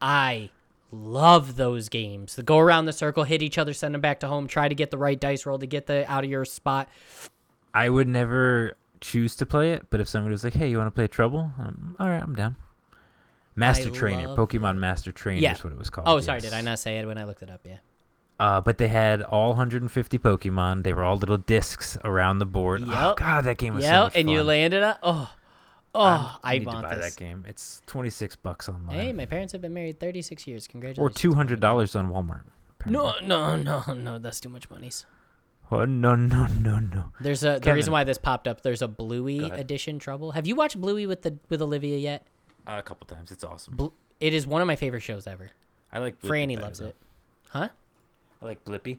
[SPEAKER 1] I love those games. The go around the circle, hit each other, send them back to home, try to get the right dice roll to get the out of your spot.
[SPEAKER 2] I would never choose to play it, but if somebody was like, "Hey, you want to play Trouble?" Um, all right, I'm down. Master
[SPEAKER 1] I
[SPEAKER 2] Trainer,
[SPEAKER 1] love
[SPEAKER 2] Pokemon Master Trainer
[SPEAKER 1] Yeah.
[SPEAKER 2] is what it was called.
[SPEAKER 1] Oh, sorry, did
[SPEAKER 2] yes.
[SPEAKER 1] I not say it when I looked it up? Yeah.
[SPEAKER 2] Uh, but they had all 150 Pokemon. They were all little discs around the board. Oh
[SPEAKER 1] Yep.
[SPEAKER 2] God, that game was so
[SPEAKER 1] Yeah,
[SPEAKER 2] much
[SPEAKER 1] and you
[SPEAKER 2] fun.
[SPEAKER 1] landed up. Oh, oh, I
[SPEAKER 2] need to
[SPEAKER 1] want
[SPEAKER 2] buy
[SPEAKER 1] this.
[SPEAKER 2] that game. It's 26 bucks
[SPEAKER 1] Hey,
[SPEAKER 2] online,
[SPEAKER 1] my parents have been married 36 years.
[SPEAKER 2] or
[SPEAKER 1] Congratulations.
[SPEAKER 2] two hundred dollars on Walmart.
[SPEAKER 1] No, no, no, no. That's too much monies.
[SPEAKER 2] apparently. Oh no no no no!
[SPEAKER 1] There's a the
[SPEAKER 2] Kevin.
[SPEAKER 1] reason why this popped up. There's a Bluey
[SPEAKER 2] ahead.
[SPEAKER 1] edition Trouble. Have you watched Bluey with the with Olivia yet?
[SPEAKER 2] a couple times, it's awesome.
[SPEAKER 1] Bl- it is one of my favorite shows ever.
[SPEAKER 2] I like.
[SPEAKER 1] Franny loves it. Huh?
[SPEAKER 2] I like Blippy.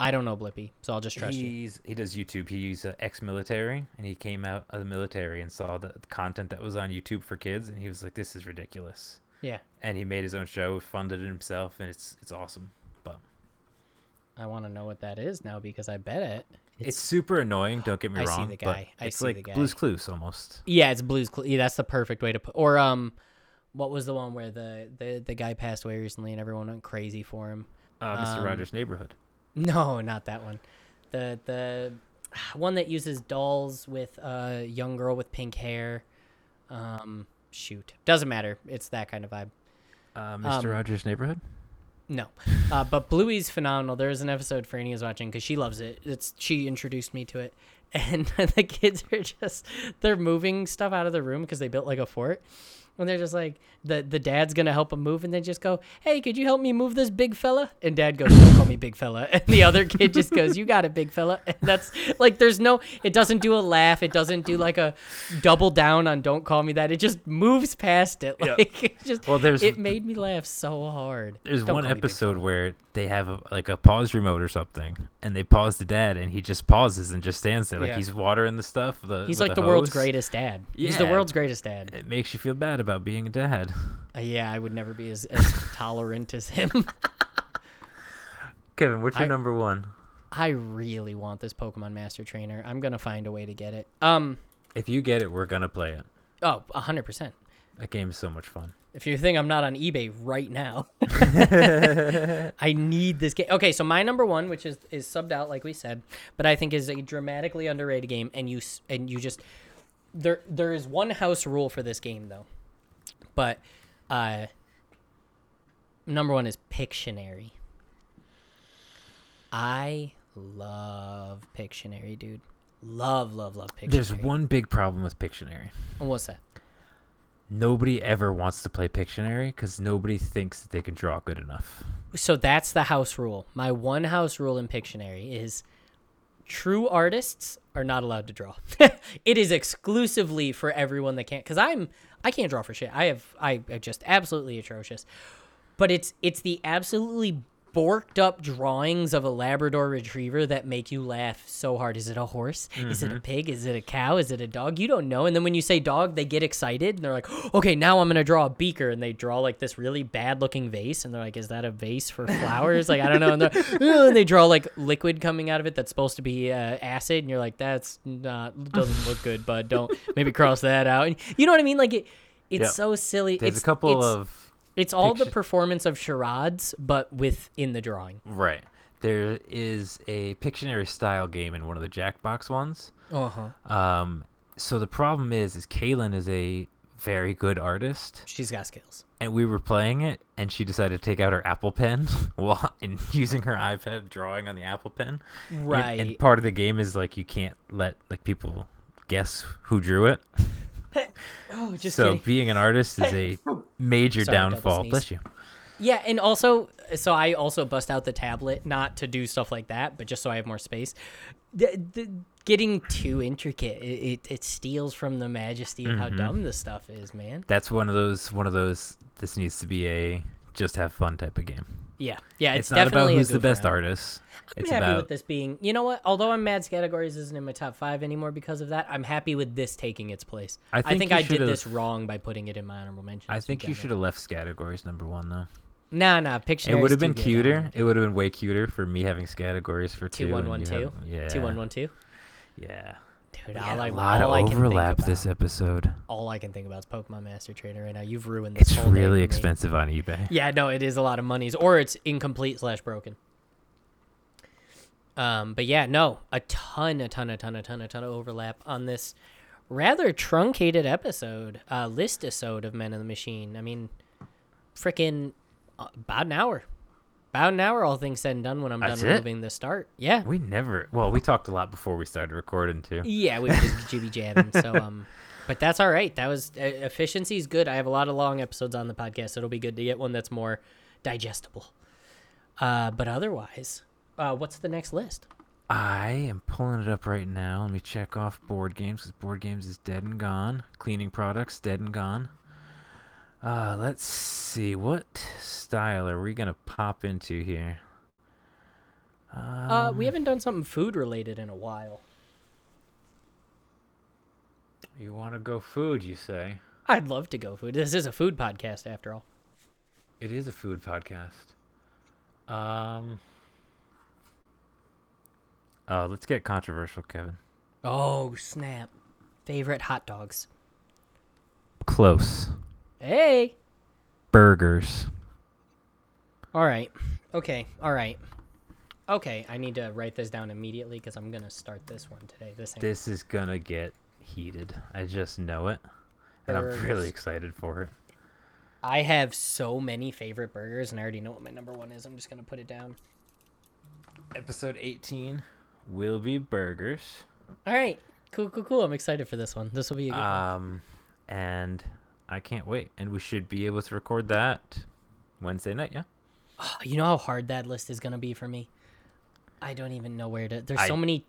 [SPEAKER 1] I don't know Blippy, so I'll just trust you.
[SPEAKER 2] He's he does YouTube. He's uh, ex-military, and he came out of the military and saw the content that was on YouTube for kids, and he was like, "This is ridiculous."
[SPEAKER 1] Yeah,
[SPEAKER 2] And he made his own show, funded it himself, and it's it's awesome. But
[SPEAKER 1] I want to know what that is now because I bet it.
[SPEAKER 2] it's, super annoying. Don't get me
[SPEAKER 1] I see
[SPEAKER 2] wrong.
[SPEAKER 1] the
[SPEAKER 2] but
[SPEAKER 1] guy, I
[SPEAKER 2] it's
[SPEAKER 1] see the
[SPEAKER 2] like Blue's
[SPEAKER 1] guy.
[SPEAKER 2] Clues almost.
[SPEAKER 1] Yeah, it's Blue's Clues. Yeah, that's the perfect way to put. Or um, what was the one where the the the guy passed away recently and everyone went crazy for him?
[SPEAKER 2] Uh, Mr.
[SPEAKER 1] Um,
[SPEAKER 2] Rogers' Neighborhood.
[SPEAKER 1] (laughs) No, not that one. The the (sighs) one that uses dolls with a young girl with pink hair. Um, shoot, doesn't matter. It's that kind of vibe. um,
[SPEAKER 2] Uh, Mr. Rogers' Neighborhood.
[SPEAKER 1] No, uh, but Bluey's phenomenal. There was an episode Franny was watching because she loves it. It's she introduced me to it, (laughs) and the kids are just they're moving stuff out of the room because they built like a fort. And they're just like the the dad's gonna help them move, and they just go, "Hey, could you help me move this big fella?" And dad goes, "Don't call me big fella." (laughs) And the other kid just goes, "You got it, big fella." (laughs) And that's like, there's no, it doesn't do a laugh, it doesn't do like a double down on "Don't call me that." It just moves past it. (laughs)
[SPEAKER 2] Yeah.
[SPEAKER 1] Like it's just
[SPEAKER 2] Well, there's-
[SPEAKER 1] it made me laugh so hard.
[SPEAKER 2] There's
[SPEAKER 1] Don't
[SPEAKER 2] one
[SPEAKER 1] call me big
[SPEAKER 2] episode where they have a, like a pause remote or something, and they pause the dad, and he just pauses and just stands there, like
[SPEAKER 1] Yeah.
[SPEAKER 2] he's watering the stuff. The,
[SPEAKER 1] He's
[SPEAKER 2] with
[SPEAKER 1] like the, world's
[SPEAKER 2] hose.
[SPEAKER 1] greatest dad. He's the
[SPEAKER 2] Yeah.
[SPEAKER 1] world's greatest dad.
[SPEAKER 2] It makes you feel bad about being a dad. (laughs)
[SPEAKER 1] Uh, yeah, I would never be as, as tolerant as him. (laughs)
[SPEAKER 2] Kevin, what's
[SPEAKER 1] your I-
[SPEAKER 2] number one?
[SPEAKER 1] I really want this Pokemon Master Trainer. I'm gonna find a way to get it. Um,
[SPEAKER 2] If you get it, we're gonna play it.
[SPEAKER 1] oh, hundred percent.
[SPEAKER 2] That game is so much fun.
[SPEAKER 1] If you think I'm not on eBay right now, (laughs) I need this game. Okay, so my number one, which is is subbed out, like we said, but I think is a dramatically underrated game, and you s- and you just there there is one house rule for this game though, but uh, number one is Pictionary. I love Pictionary, dude. Love, love, love Pictionary.
[SPEAKER 2] There's one big problem with Pictionary.
[SPEAKER 1] And What's that?
[SPEAKER 2] Nobody ever wants to play Pictionary because nobody thinks that they can draw good enough.
[SPEAKER 1] so that's the house rule. My one house rule in Pictionary is true artists are not allowed to draw. (laughs) it is exclusively for everyone that can't cuz I'm I can't draw for shit. I have I am just absolutely atrocious. But it's it's the absolutely borked up drawings of a labrador retriever that make you laugh so hard. Is it a horse? Is
[SPEAKER 2] Mm-hmm.
[SPEAKER 1] it a pig? Is it a cow? Is it a dog? You don't know. And then when you say dog, they get excited and they're like, (gasps) "Okay, now I'm going to draw a beaker." And they draw like this really bad-looking vase and they're like, "Is that a vase for flowers?" like, I don't know. And, they're, (laughs) "Ugh," and they draw like liquid coming out of it that's supposed to be uh, acid and you're like, "That's not doesn't look good, bud. Don't maybe cross that out." And you know what I mean? Like it it's
[SPEAKER 2] Yep.
[SPEAKER 1] so silly.
[SPEAKER 2] There's
[SPEAKER 1] it's
[SPEAKER 2] a couple
[SPEAKER 1] it's-
[SPEAKER 2] of
[SPEAKER 1] it's all the
[SPEAKER 2] Pictu-
[SPEAKER 1] performance of charades, but within the drawing.
[SPEAKER 2] right. There is a Pictionary style game in one of the Jackbox ones.
[SPEAKER 1] Uh huh.
[SPEAKER 2] Um, so the problem is, is Kalen is a very good artist,
[SPEAKER 1] She's got skills.
[SPEAKER 2] and we were playing it, and she decided to take out her Apple Pen (laughs) while and using her iPad drawing on the Apple Pen. And-
[SPEAKER 1] Right.
[SPEAKER 2] and part of the game is like you can't let like people guess who drew it.
[SPEAKER 1] oh, just (laughs)
[SPEAKER 2] so
[SPEAKER 1] kidding.
[SPEAKER 2] being an artist is
[SPEAKER 1] (laughs)
[SPEAKER 2] a major
[SPEAKER 1] Sorry, double
[SPEAKER 2] downfall.
[SPEAKER 1] sneeze.
[SPEAKER 2] Bless you.
[SPEAKER 1] Yeah, and also, so I also bust out the tablet not to do stuff like that, but just so I have more space. The, the, getting too intricate, it, it, it steals from the majesty of how
[SPEAKER 2] Mm-hmm.
[SPEAKER 1] dumb this stuff is, man.
[SPEAKER 2] That's one of those one of those this needs to be a just have fun type of game.
[SPEAKER 1] Yeah, yeah, it's,
[SPEAKER 2] It's, not about
[SPEAKER 1] definitely a
[SPEAKER 2] who's the
[SPEAKER 1] goof
[SPEAKER 2] best
[SPEAKER 1] around.
[SPEAKER 2] artist.
[SPEAKER 1] I'm
[SPEAKER 2] it's
[SPEAKER 1] happy
[SPEAKER 2] about
[SPEAKER 1] with this being, you know what? Although I'm Mad's categories isn't in my top five anymore because of that, I'm happy with this taking its place.
[SPEAKER 2] I
[SPEAKER 1] I
[SPEAKER 2] think
[SPEAKER 1] think
[SPEAKER 2] you
[SPEAKER 1] I, did
[SPEAKER 2] should've-
[SPEAKER 1] this wrong by putting it in my honorable mentions.
[SPEAKER 2] I think you
[SPEAKER 1] together.
[SPEAKER 2] should have left categories number one though.
[SPEAKER 1] Nah, nah. Pictionary.
[SPEAKER 2] it would have been cuter. It would have been way cuter for me having categories for two.
[SPEAKER 1] Two one
[SPEAKER 2] and
[SPEAKER 1] one
[SPEAKER 2] you
[SPEAKER 1] two.
[SPEAKER 2] having- Yeah.
[SPEAKER 1] Two one one two.
[SPEAKER 2] Yeah.
[SPEAKER 1] Dude,
[SPEAKER 2] We
[SPEAKER 1] all
[SPEAKER 2] had
[SPEAKER 1] I,
[SPEAKER 2] a lot
[SPEAKER 1] all I can
[SPEAKER 2] of
[SPEAKER 1] think
[SPEAKER 2] overlap
[SPEAKER 1] about-
[SPEAKER 2] this episode.
[SPEAKER 1] all I can think about is Pokemon Master Trainer right now. You've ruined this.
[SPEAKER 2] It's
[SPEAKER 1] whole day for
[SPEAKER 2] really
[SPEAKER 1] me.
[SPEAKER 2] expensive on eBay.
[SPEAKER 1] Yeah, no, it is a lot of monies, or it's incomplete slash broken. Um, but yeah, no, a ton, a ton, a ton, a ton, a ton of overlap on this rather truncated episode, uh, list episode of Men of the Machine. I mean, freaking uh, about an hour, about an hour, all things said and done. When I'm
[SPEAKER 2] That's
[SPEAKER 1] done
[SPEAKER 2] it?
[SPEAKER 1] moving the start, yeah,
[SPEAKER 2] We never. Well, we talked a lot before we started recording too.
[SPEAKER 1] Yeah, we were just jibby jabbing. So, um, but that's all right. That was uh, efficiency is good. I have a lot of long episodes on the podcast. So it'll be good to get one that's more digestible. Uh, but otherwise, uh, what's the next list?
[SPEAKER 2] I am pulling it up right now. Let me check off board games because board games is dead and gone. Cleaning products dead and gone. Uh, let's see what style are we gonna pop into here.
[SPEAKER 1] Uh, we haven't done something food related in a while.
[SPEAKER 2] You want to go food? You say
[SPEAKER 1] I'd love to go food. This is a food podcast after all.
[SPEAKER 2] it is a food podcast. Um. Uh, let's get controversial, Kevin.
[SPEAKER 1] Oh snap! Favorite hot dogs.
[SPEAKER 2] Close
[SPEAKER 1] Hey.
[SPEAKER 2] burgers.
[SPEAKER 1] All right. Okay. All right. Okay. I need to write this down immediately because I'm gonna start this one today. This ain't
[SPEAKER 2] This is gonna get heated. I just know it. And I'm
[SPEAKER 1] Burgers.
[SPEAKER 2] really excited for it.
[SPEAKER 1] I have so many favorite burgers, and I already know what my number one is. I'm just gonna put it down.
[SPEAKER 2] Episode 18 will be burgers.
[SPEAKER 1] All right, cool, cool, cool. I'm excited for this one. This will be a good one.
[SPEAKER 2] Um, and I can't wait. And we should be able to record that Wednesday night, yeah?
[SPEAKER 1] Oh, (gasps) you know how hard that list is gonna be for me. I don't even know where to. There's
[SPEAKER 2] I-
[SPEAKER 1] so many.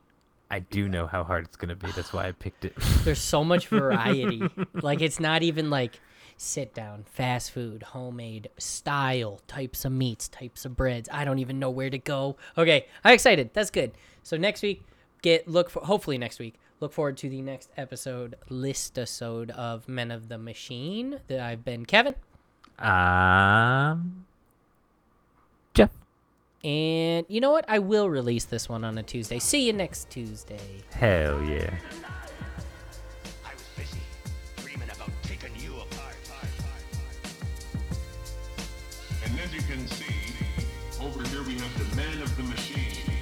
[SPEAKER 2] I do know how hard it's gonna be. That's why I picked it. (laughs)
[SPEAKER 1] There's so much variety. like it's not even like sit down, fast food, homemade, style, types of meats, types of breads. I don't even know where to go. Okay, I'm excited. That's good. So next week, get look for hopefully next week. Look forward to the next episode list episode of Men of the Machine. That I've been Kevin
[SPEAKER 2] um, Jeff,
[SPEAKER 1] and you know what? I will release this one on a Tuesday. See you next Tuesday.
[SPEAKER 2] hell yeah.
[SPEAKER 3] I was busy dreaming about taking you apart.
[SPEAKER 4] And as you can see, over here we have the man of the machine.